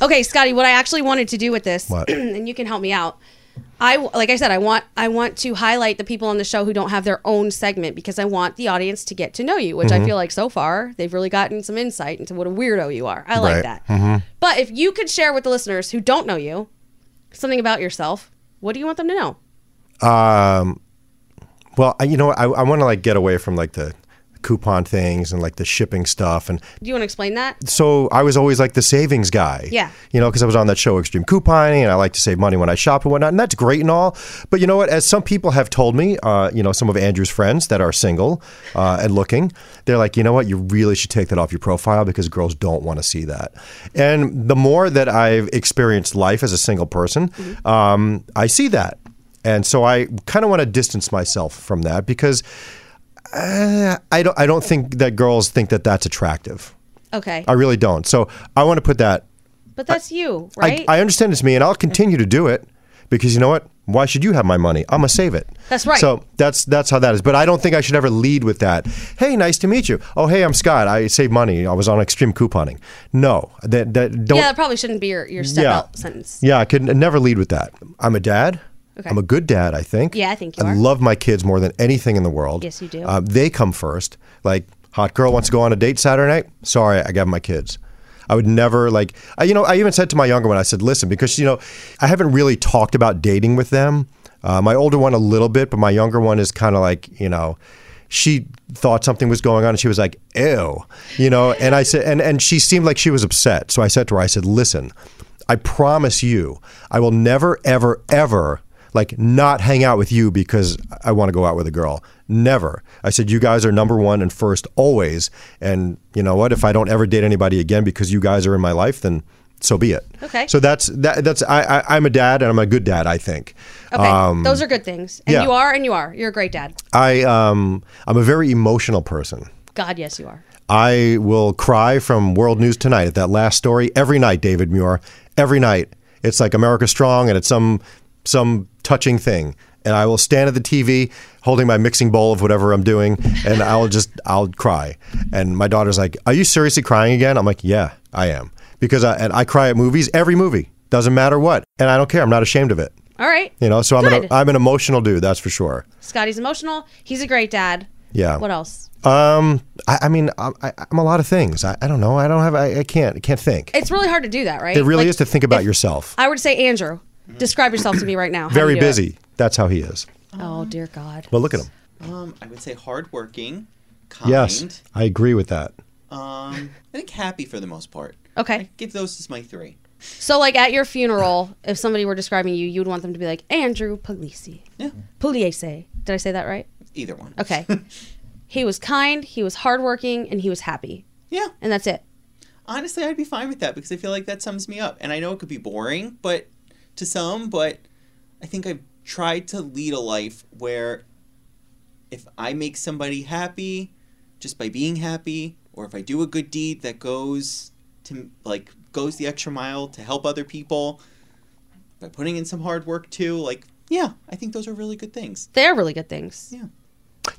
Speaker 1: Okay, Scotty, what I actually wanted to do with this,
Speaker 8: What?
Speaker 1: and you can help me out. I like I said, I want I want to highlight the people on the show who don't have their own segment because I want the audience to get to know you, which I
Speaker 8: Mm-hmm.
Speaker 9: Mhm.
Speaker 1: feel like so far they've really gotten some insight into what a weirdo you are. I like that.
Speaker 9: Mm-hmm.
Speaker 1: But if you could share with the listeners who don't know you something about yourself, what do you want them to know?
Speaker 8: Um, well, I, you know, what, I, I want to like get away from like the coupon things and like the shipping stuff, and
Speaker 1: Do you want to explain that?
Speaker 8: so I was always like the savings guy.
Speaker 1: Yeah.
Speaker 8: You know, because I was on that show Extreme Couponing, and I like to save money when I shop and whatnot, and that's great and all. But you know what? As some people have told me, uh, you know, some of Andrew's friends that are single uh, and looking, they're like, you know what? You really should take that off your profile because girls don't want to see that. And the more that I've experienced life as a single person,
Speaker 1: Mm-hmm.
Speaker 8: um, I see that, and so I kind of want to distance myself from that because. Uh, I don't. I don't think that girls think that that's attractive.
Speaker 1: Okay.
Speaker 8: I really don't. So I want to put that.
Speaker 1: But that's you, right? Mm-hmm.
Speaker 8: I, I understand it's me, and I'll continue to do it because you know what? Why should you have my money? I'm gonna save it.
Speaker 1: That's right.
Speaker 8: So that's that's how that is. But I don't think I should ever lead with that. Hey, nice to meet you. Oh, hey, I'm Scott. I save money. I was on extreme couponing. No, that that don't.
Speaker 1: yeah, that probably shouldn't be your, your step
Speaker 8: Yeah.
Speaker 1: out sentence.
Speaker 8: Yeah, I could never lead with that. I'm a dad.
Speaker 1: Okay.
Speaker 8: I'm a good dad, I think.
Speaker 1: Yeah, I think you
Speaker 8: I
Speaker 1: are.
Speaker 8: love my kids more than anything in the world.
Speaker 1: Yes, you do.
Speaker 8: Uh, they come first. Like, hot girl wants to go on a date Saturday night. Sorry, I got my kids. I would never like. I, you know, I even said to my younger one, I said, listen, because you know, I haven't really talked about dating with them. Uh, my older one a little bit, but my younger one is kind of like you know. She thought something was going on, and she was like, "Ew," you know. And I said, and and she seemed like she was upset. So I said to her, "I said, listen, I promise you, I will never, ever, ever like not hang out with you because I want to go out with a girl. Never. I said you guys are number one and first always. And you know what? If I don't ever date anybody again because you guys are in my life, then so be it.
Speaker 1: Okay.
Speaker 8: So that's that. That's I. I I'm a dad and I'm a good dad. I think.
Speaker 1: Okay. Those are good things. And
Speaker 8: Um, yeah.
Speaker 1: you are and you are. You're a great dad.
Speaker 8: I um I'm a very emotional person.
Speaker 1: God, yes, you are.
Speaker 8: I will cry from World News Tonight at that last story every night, David Muir. Every night. It's like America Strong and it's some some touching thing. And I will stand at the TV holding my mixing bowl of whatever I'm doing and I'll just I'll cry. And my daughter's like, Are you seriously crying again? I'm like, Yeah, I am. Because I and I cry at movies, every movie. Doesn't matter what. And I don't care. I'm not ashamed of it.
Speaker 1: All right.
Speaker 8: You know, so I'm an,
Speaker 1: Good.
Speaker 8: I'm an emotional dude, that's for sure.
Speaker 1: Scotty's emotional. He's a great dad.
Speaker 8: Yeah.
Speaker 1: What else?
Speaker 8: Um, I, I mean, I'm, I, I'm a lot of things. I, I don't know. I don't have. I, I can't. I can't think.
Speaker 1: It's really hard to do that, right?
Speaker 8: It really
Speaker 1: Like,
Speaker 8: is to think about yourself.
Speaker 1: I would say, Andrew, describe yourself to me right now. How do
Speaker 8: Very
Speaker 1: you do it?
Speaker 8: busy. That's how he is.
Speaker 1: Oh dear God.
Speaker 8: Well, look at him.
Speaker 2: Um, I would say hardworking, kind.
Speaker 8: Yes, I agree with that.
Speaker 2: Um, I think happy for the most part.
Speaker 1: Okay.
Speaker 2: Give those as my three.
Speaker 1: So, like at your funeral, if somebody were describing you, you would want them to be like Andrew Polisi. Yeah. Pugliese. Did I say that right?
Speaker 2: Either one.
Speaker 1: Okay. he was kind, he was hardworking, and he was happy.
Speaker 2: Yeah.
Speaker 1: And that's it.
Speaker 2: Honestly, I'd be fine with that because I feel like that sums me up. And I know it could be boring, but to some, but I think I've tried to lead a life where if I make somebody happy just by being happy, or if I do a good deed that goes to like goes the extra mile to help other people by putting in some hard work too, like yeah, I think those are really good things.
Speaker 1: They're really good things.
Speaker 2: Yeah.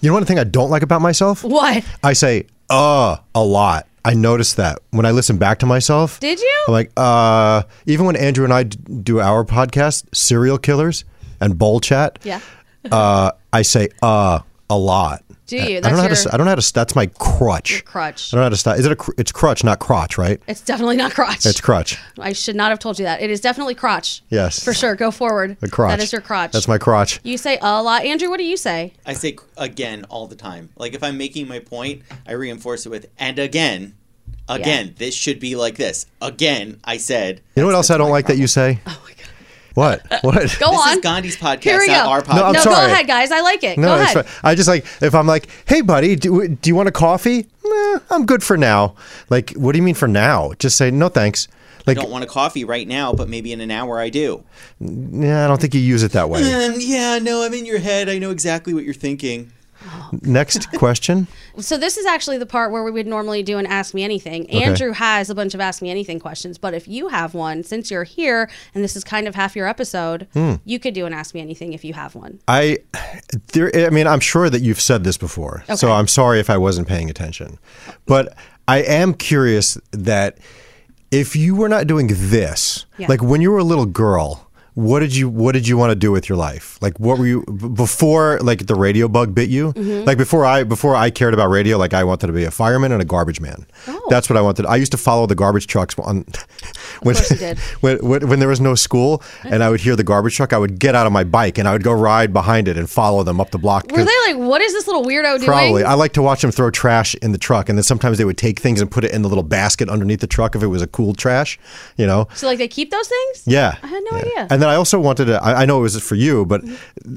Speaker 8: You know one thing I don't like about myself?
Speaker 1: What?
Speaker 8: I say, uh, a lot. I noticed that when I listen back to myself.
Speaker 1: Did you?
Speaker 8: I'm like, uh, even when Andrew and I d- do our podcast, Serial Killers and Bowl Chat,
Speaker 1: Yeah.
Speaker 8: uh, I say, uh, a lot.
Speaker 1: Do you?
Speaker 8: I don't
Speaker 1: That's
Speaker 8: know how to,
Speaker 1: your-
Speaker 8: s- I don't know how to, s- that's my crutch.
Speaker 1: Your crutch.
Speaker 8: I don't know how to stop. Is it a, cr- it's crutch, not crotch, right?
Speaker 1: It's definitely not crotch.
Speaker 8: It's crutch.
Speaker 1: I should not have told you that. It is definitely crotch.
Speaker 8: Yes.
Speaker 1: For sure. Go forward.
Speaker 8: The crotch.
Speaker 1: That is your crotch.
Speaker 8: That's my crotch.
Speaker 1: You say a lot. Andrew, what do you say?
Speaker 2: I say c- again all the time. Like if I'm making my point, I reinforce it with and again. Again, this should be like this. Again, I said.
Speaker 8: You know what else I don't like that you say? Oh my God. What? What?
Speaker 1: Go
Speaker 2: this
Speaker 1: on.
Speaker 2: is Gandhi's podcast,
Speaker 1: Here we go.
Speaker 2: not our podcast.
Speaker 8: No, I'm
Speaker 1: no, go
Speaker 8: sorry.
Speaker 1: ahead, guys. I like it.
Speaker 8: No,
Speaker 1: go
Speaker 8: that's
Speaker 1: ahead.
Speaker 8: fine. I just like if I'm like, hey, buddy, do, do you want a coffee? Nah, I'm good for now. Like, what do you mean for now? Just say no, thanks. Like,
Speaker 2: I don't want a coffee right now, but maybe in an hour I do.
Speaker 8: yeah, I don't think you use it that way.
Speaker 2: Um, yeah, no, I'm in your head. I know exactly what you're thinking.
Speaker 8: Next question.
Speaker 1: So this is actually the part where we would normally do an ask me anything.
Speaker 8: Okay.
Speaker 1: Andrew has a bunch of ask me anything questions, but if you have one, since you're here and this is kind of half your episode,
Speaker 8: Hmm.
Speaker 1: you could do an ask me anything if you have one.
Speaker 8: I, there, I mean, I'm sure that you've said this before, so
Speaker 1: Okay.
Speaker 8: I'm sorry if I wasn't paying attention, but I am curious that if you were not doing this,
Speaker 1: Yeah.
Speaker 8: like when you were a little girl, what did you what did you want to do with your life? Like what were you b- before like the radio bug bit you?
Speaker 9: Mhm.
Speaker 1: Mm-hmm.
Speaker 8: Like before I before I cared about radio, like I wanted to be a fireman and a garbage man.
Speaker 1: Oh.
Speaker 8: That's what I wanted. I used to follow the garbage trucks on when,
Speaker 1: course you did.
Speaker 8: when, when when there was no school and I would hear the garbage truck, I would get out of my bike and I would go ride behind it and follow them up the block.
Speaker 1: Were they like, what is this little weirdo
Speaker 8: Probably.
Speaker 1: doing?
Speaker 8: I like to watch them throw trash in the truck, and then sometimes they would take things and put it in the little basket underneath the truck if it was a cool trash, you know.
Speaker 1: so like they keep those things?
Speaker 8: Yeah.
Speaker 1: I had no
Speaker 8: Yeah.
Speaker 1: idea. Mm-hmm.
Speaker 8: And then I also wanted to, I, I know it was for you, but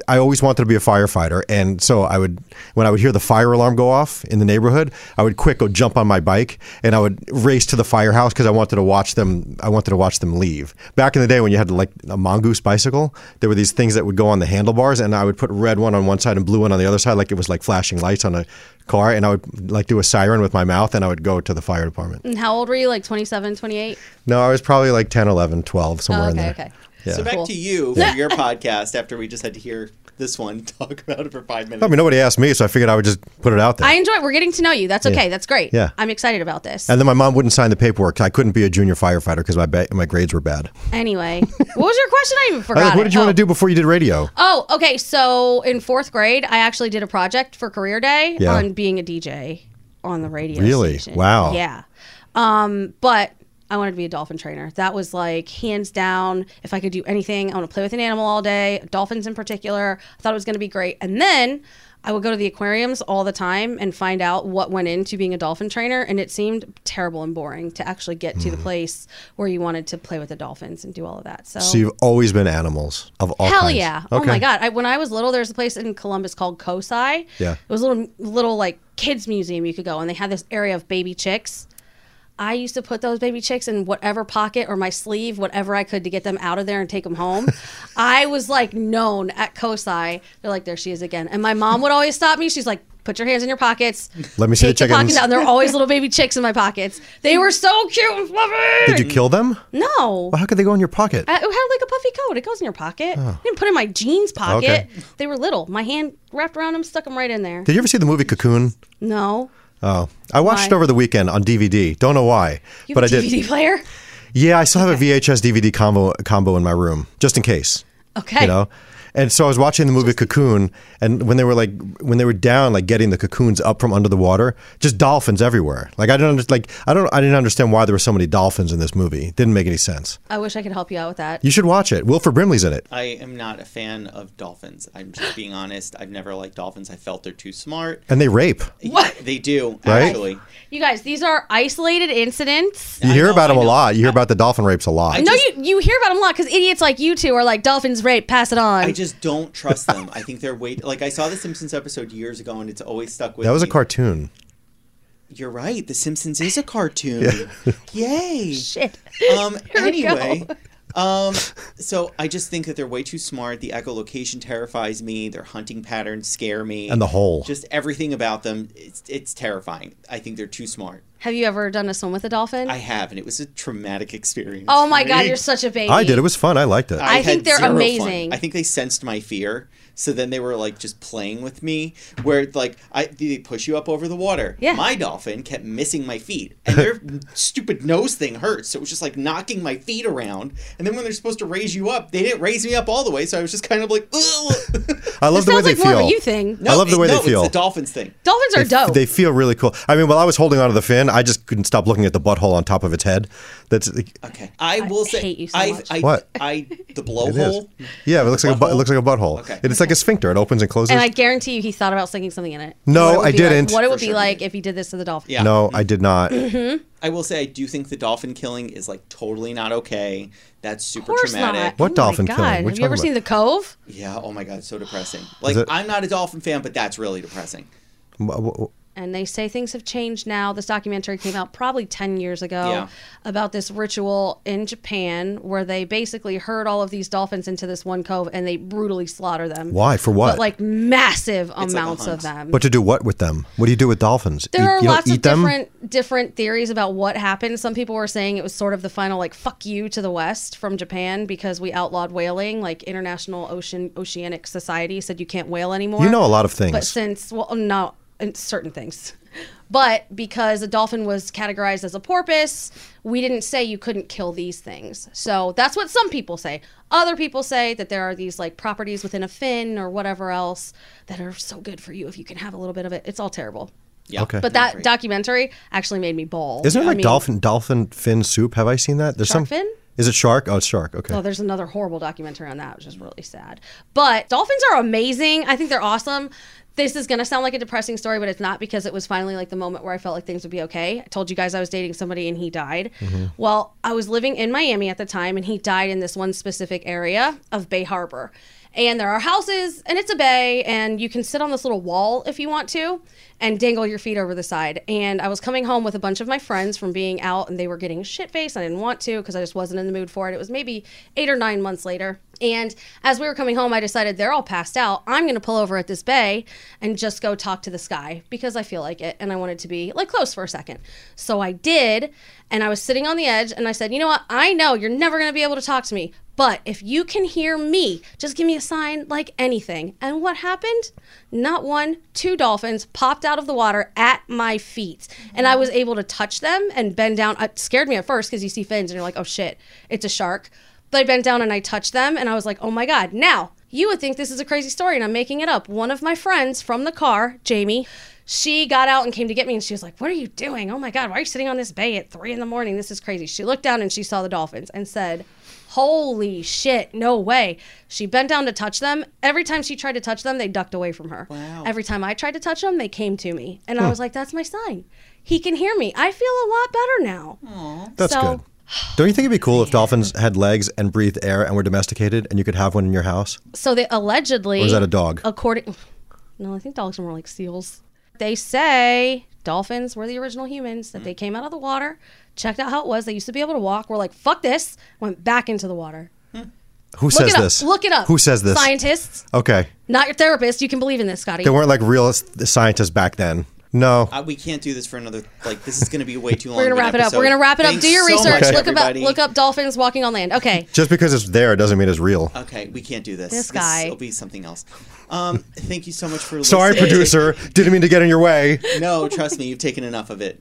Speaker 8: I always wanted to be a firefighter. And so I would, when I would hear the fire alarm go off in the neighborhood, I would quick go jump on my bike and I would race to the firehouse because I wanted to watch them, I wanted to watch them leave. Back in the day when you had like a mongoose bicycle, there were these things that would go on the handlebars and I would put red one on one side and blue one on the other side, like it was like flashing lights on a car. And I would like do a siren with my mouth and I would go to the fire department.
Speaker 1: And how old were you? Like 27, 28?
Speaker 8: No, I was probably like 10, 11, 12, somewhere
Speaker 1: Oh,
Speaker 8: in
Speaker 1: okay,
Speaker 8: there.
Speaker 1: okay.
Speaker 8: Yeah.
Speaker 2: So back
Speaker 1: Cool.
Speaker 2: to you for your podcast after we just had to hear this one talk about it for five minutes.
Speaker 8: I mean, nobody asked me, so I figured I would just put it out there.
Speaker 1: I enjoy it. We're getting to know you. That's
Speaker 8: Yeah.
Speaker 1: okay. That's great.
Speaker 8: Yeah.
Speaker 1: I'm excited about this.
Speaker 8: and then my mom wouldn't sign the paperwork. 'cause I couldn't be a junior firefighter because my ba- my grades were bad.
Speaker 1: Anyway, what was your question? I even
Speaker 8: I was
Speaker 1: forgot.
Speaker 8: like, what
Speaker 1: it.
Speaker 8: did you want to do before you did radio?
Speaker 1: Oh, okay. So in fourth grade, I actually did a project for Career Day
Speaker 8: Yeah.
Speaker 1: on being a DJ on the radio.
Speaker 8: Really?
Speaker 1: station.
Speaker 8: Wow.
Speaker 1: Yeah. Um, but I wanted to be a dolphin trainer. That was like hands down. If I could do anything, I want to play with an animal all day, dolphins in particular. I thought it was going to be great. And then I would go to the aquariums all the time and find out what went into being a dolphin trainer. And it seemed terrible and boring to actually get to the
Speaker 8: Hmm.
Speaker 1: place where you wanted to play with the dolphins and do all of that. So,
Speaker 8: So, you've always been animals of all
Speaker 1: Hell
Speaker 8: kinds.
Speaker 1: yeah! Oh
Speaker 8: Okay.
Speaker 1: my god! I, when I was little, there was a place in Columbus called Kosai.
Speaker 8: Yeah.
Speaker 1: It was a little little like kids museum you could go, and they had this area of baby chicks. I used to put those baby chicks in whatever pocket or my sleeve, whatever I could to get them out of there and take them home. I was like known at Kosai. They're like, there she is again. And my mom would always stop me. She's like, put your hands in your pockets.
Speaker 8: Let me see the
Speaker 1: Take your pockets
Speaker 8: chickens.
Speaker 1: out. And there were always little baby chicks in my pockets. They were so cute and fluffy.
Speaker 8: Did you kill them?
Speaker 1: No.
Speaker 8: Well, how could they go in your pocket?
Speaker 1: Uh, it had like a puffy coat. It goes in your pocket.
Speaker 8: Oh.
Speaker 1: I didn't put it in my jeans pocket.
Speaker 8: Okay.
Speaker 1: They were little. My hand wrapped around them, stuck them right in there.
Speaker 8: Did you ever see the movie Cocoon?
Speaker 1: No.
Speaker 8: Oh, I watched it
Speaker 1: Why?
Speaker 8: over the weekend on DVD. Don't know why,
Speaker 1: You
Speaker 8: but I
Speaker 1: have a
Speaker 8: did.
Speaker 1: DVD player?
Speaker 8: Yeah, I still have a VHS DVD combo combo in my room just in case.
Speaker 1: Okay.
Speaker 8: You know. And so I was watching the movie Cocoon, and when they were like, when they were down, like getting the cocoons up from under the water, just dolphins everywhere. Like I don't, under, like I don't, I didn't understand why there were so many dolphins in this movie. It didn't make any sense.
Speaker 1: I wish I could help you out with that.
Speaker 8: You should watch it. Wilford Brimley's in it.
Speaker 2: I am not a fan of dolphins. I'm just being honest. I've never liked dolphins. I felt they're too smart.
Speaker 8: And they rape.
Speaker 2: What? They do,
Speaker 8: Right?
Speaker 2: actually.
Speaker 1: You guys, these are isolated incidents.
Speaker 8: You hear about them a lot. You hear about the dolphin rapes a lot.
Speaker 1: no, you you hear about them a lot because idiots like you two are like dolphins rape, pass it on.
Speaker 2: I just don't trust them. I think they're way like I saw the Simpsons episode years ago, and it's always stuck with.
Speaker 8: That was a
Speaker 2: me.
Speaker 8: cartoon.
Speaker 2: You're right. The Simpsons is a cartoon.
Speaker 8: Yeah.
Speaker 2: Yay! Shit. Um.
Speaker 10: Here we go.
Speaker 2: anyway. Um, so I just think that they're way too smart. The echolocation terrifies me. Their hunting patterns scare me.
Speaker 8: And the hole.
Speaker 2: Just everything about them, it's, it's terrifying. I think they're too smart.
Speaker 1: Have you ever done a swim with a dolphin?
Speaker 2: I have, and it was a traumatic experience.
Speaker 1: Oh my
Speaker 2: for
Speaker 1: god,
Speaker 2: me.
Speaker 1: you're such a baby.
Speaker 8: I did. It was fun. I liked it.
Speaker 1: I
Speaker 2: had
Speaker 1: think they're
Speaker 2: zero fun.
Speaker 1: amazing.
Speaker 2: I think they sensed my fear, so then they were like just playing with me. Where like I they push you up over the water.
Speaker 1: Yeah.
Speaker 2: My dolphin kept missing my feet, and their stupid nose thing hurts. So it was just like knocking my feet around. And then when they're supposed to raise you up, they didn't raise me up all the way. So I was just kind of like, Ugh!
Speaker 8: I love the way
Speaker 1: sounds
Speaker 8: they
Speaker 1: like more
Speaker 8: feel.
Speaker 1: of a you thing.
Speaker 8: I love the
Speaker 2: it-
Speaker 8: way
Speaker 2: no,
Speaker 8: they feel.
Speaker 2: It's the dolphins thing.
Speaker 1: Dolphins are
Speaker 8: They-
Speaker 1: dope.
Speaker 8: They feel really cool. I mean, while I was holding onto the fin, I just couldn't stop looking at the butthole on top of its head. That's
Speaker 2: Okay. I will say,
Speaker 1: hate you so
Speaker 2: I,
Speaker 1: much.
Speaker 2: I,
Speaker 8: What?
Speaker 2: I the
Speaker 8: it is.
Speaker 2: blowhole.
Speaker 8: Yeah, it looks like a bu- it
Speaker 2: Butthole?
Speaker 8: looks like a butthole.
Speaker 2: Okay.
Speaker 8: And it's like a sphincter. It opens and closes.
Speaker 1: and I guarantee you, he thought about sticking something in it.
Speaker 8: No,
Speaker 1: What it would
Speaker 8: I
Speaker 1: be like-
Speaker 8: didn't.
Speaker 1: what it would
Speaker 2: For
Speaker 1: be
Speaker 2: sure.
Speaker 1: like if he did this to the dolphin?
Speaker 2: Yeah.
Speaker 8: No, I did not.
Speaker 1: Mm-hmm.
Speaker 2: I will say I do think the dolphin killing is like totally not okay. That's super
Speaker 1: Of course
Speaker 2: traumatic.
Speaker 1: not.
Speaker 8: What
Speaker 1: oh
Speaker 8: dolphin
Speaker 1: my
Speaker 8: killing?
Speaker 1: God.
Speaker 8: What are you
Speaker 1: Have you ever
Speaker 8: talking
Speaker 1: seen The Cove?
Speaker 2: Yeah. Oh my god, so depressing. Like
Speaker 8: it-
Speaker 2: I'm not a dolphin fan, but that's really depressing.
Speaker 8: Wha- wha-
Speaker 1: and they say things have changed now. This documentary came out probably 10 years ago
Speaker 2: Yeah.
Speaker 1: about this ritual in Japan where they basically herd all of these dolphins into this one cove and they brutally slaughter them.
Speaker 8: Why? For what?
Speaker 1: But like massive
Speaker 2: like a
Speaker 1: amounts of
Speaker 2: hunt.
Speaker 1: them.
Speaker 8: But to do what with them? What do you do with dolphins?
Speaker 1: there
Speaker 8: You-
Speaker 1: are
Speaker 8: you don't
Speaker 1: lots
Speaker 8: eat
Speaker 1: of
Speaker 8: them?
Speaker 1: different different theories about what happened. Some people were saying it was sort of the final like fuck you to the West from Japan because we outlawed whaling. Like International Ocean Oceanic Society said you can't whale anymore.
Speaker 8: You know a lot of
Speaker 1: But
Speaker 8: things.
Speaker 1: since, well, no, and certain things. But because a dolphin was categorized as a porpoise, we didn't say you couldn't kill these things. So that's what some people say. Other people say that there are these like properties within a fin or whatever else that are so good for you if you can have a little bit of it. It's all terrible.
Speaker 2: Yeah.
Speaker 8: Okay.
Speaker 1: But that documentary actually made me bawl.
Speaker 8: Isn't
Speaker 1: I
Speaker 8: there like
Speaker 1: mean,
Speaker 8: dolphin dolphin fin soup? Have I seen that? There's
Speaker 1: Shark
Speaker 8: some.
Speaker 1: fin?
Speaker 8: Is it shark? Oh, it's shark. Okay.
Speaker 1: Oh, there's another horrible documentary on that, which is really sad. But dolphins are amazing. I think they're awesome. This is going to sound like a depressing story, but it's not because it was finally like the moment where I felt like things would be okay. I told you guys I was dating somebody and he died.
Speaker 3: Mm-hmm.
Speaker 1: Well, I was living in Miami at the time and he died in this one specific area of Bay Harbor. And there are houses and it's a bay and you can sit on this little wall if you want to and dangle your feet over the side. And I was coming home with a bunch of my friends from being out and they were getting shit faced. I didn't want to because I just wasn't in the mood for it. It was maybe eight or nine months later. And as we were coming home, I decided they're all passed out. I'm going to pull over at this bay and just go talk to the sky because I feel like it and I wanted to be like close for a second. So I did. And I was sitting on the edge and I said, you know what? I know you're never going to be able to talk to me. But if you can hear me, just give me a sign like anything. And what happened? Not one, two dolphins popped out of the water at my feet. And I was able to touch them and bend down. It scared me at first because you see fins and you're like, oh shit, it's a shark. But I bent down and I touched them and I was like, oh my God. Now, you would think this is a crazy story and I'm making it up. One of my friends from the car, Jamie, she got out and came to get me and she was like, What are you doing? Oh my God, why are you sitting on this bay at three in the morning? This is crazy. She looked down and she saw the dolphins and said, Holy shit, no way. She bent down to touch them. Every time she tried to touch them, they ducked away from her.
Speaker 2: Wow.
Speaker 1: Every time I tried to touch them, they came to me. And I was like, That's my sign. He can hear me. I feel a lot better now.
Speaker 8: That's
Speaker 1: so-
Speaker 8: good. Don't you think it'd be cool if dolphins had legs and breathed air and were domesticated and you could have one in your house?
Speaker 1: So they allegedly.
Speaker 8: Or is that a dog?
Speaker 1: According, no, I think dogs are more like seals. They say dolphins were the original humans. That they came out of the water, checked out how it was. They used to be able to walk. We're like, fuck this, went back into the water.
Speaker 8: Who
Speaker 1: Look
Speaker 8: says
Speaker 1: it up.
Speaker 8: this?
Speaker 1: Look it up.
Speaker 8: Who says this?
Speaker 1: Scientists,
Speaker 8: Okay.
Speaker 1: not your therapist. You can believe in this, Scotty.
Speaker 8: They weren't like real s- scientists back then. No.
Speaker 2: Uh, we can't do this for another. Like this is going to be way too long.
Speaker 1: We're gonna
Speaker 2: of an
Speaker 1: wrap it up. We're
Speaker 2: episode.
Speaker 1: gonna wrap it up.
Speaker 2: Thanks
Speaker 1: Do your
Speaker 2: so
Speaker 1: research.
Speaker 2: much,
Speaker 1: look about
Speaker 2: everybody.
Speaker 1: look up dolphins walking on land. Okay.
Speaker 8: Just because it's there doesn't mean it's real.
Speaker 2: Okay, we can't do this.
Speaker 1: This guy.
Speaker 2: will be something else. Um, thank you so much for.
Speaker 8: Sorry,
Speaker 2: listening.
Speaker 8: producer. Didn't mean to get in your way.
Speaker 2: No, trust me, you've taken enough of it.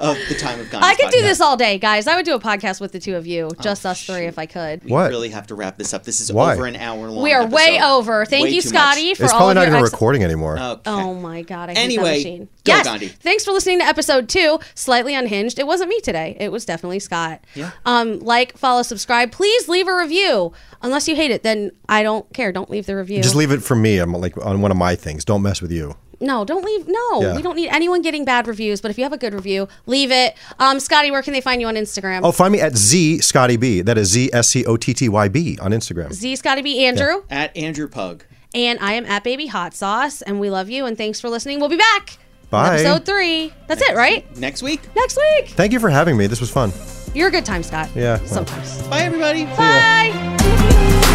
Speaker 2: of the time of God.
Speaker 1: I could do this all day, guys. I would do a podcast with the two of
Speaker 2: Oh,
Speaker 1: you, just us three, if I could.
Speaker 2: We
Speaker 8: What?
Speaker 2: really have to wrap this up. This is
Speaker 8: Why?
Speaker 2: over an hour long.
Speaker 1: We are way
Speaker 2: episode.
Speaker 1: over. Thank
Speaker 2: Way
Speaker 1: you,
Speaker 2: too much.
Speaker 1: Scotty, for
Speaker 8: It's
Speaker 1: all
Speaker 8: probably
Speaker 1: of
Speaker 8: not
Speaker 1: your
Speaker 8: even
Speaker 1: ex-
Speaker 8: recording anymore.
Speaker 2: Okay.
Speaker 1: Oh my god! I hate
Speaker 2: Anyway,
Speaker 1: that machine.
Speaker 2: go,
Speaker 1: yes,
Speaker 2: Gandhi.
Speaker 1: thanks for listening to episode two, slightly unhinged. It wasn't me today. It was definitely Scott.
Speaker 2: Yeah.
Speaker 1: Um, like, follow, subscribe. Please leave a review. Unless you hate it, then I don't care. Don't leave the review.
Speaker 8: Just leave it for me. I'm like on one of my things. Don't mess with you.
Speaker 1: No, don't leave. No,
Speaker 8: Yeah.
Speaker 1: we don't need anyone getting bad reviews. But if you have a good review, leave it. Um, Scotty, where can they find you on Instagram?
Speaker 8: Oh, find me at Z Scotty B. That is Z S C O T T Y B on Instagram.
Speaker 1: Z Scotty B Andrew,
Speaker 2: At Andrew Pug.
Speaker 1: and I am at Baby Hot Sauce, and we love you and thanks for listening. We'll be back. with
Speaker 8: Bye.
Speaker 1: Episode three. That's it, right?
Speaker 2: Next week.
Speaker 1: Next week.
Speaker 8: Thank you for having me. This was fun.
Speaker 1: You're a good time, Scott.
Speaker 8: Yeah.
Speaker 1: Sometimes.
Speaker 2: Bye, everybody.
Speaker 1: Bye.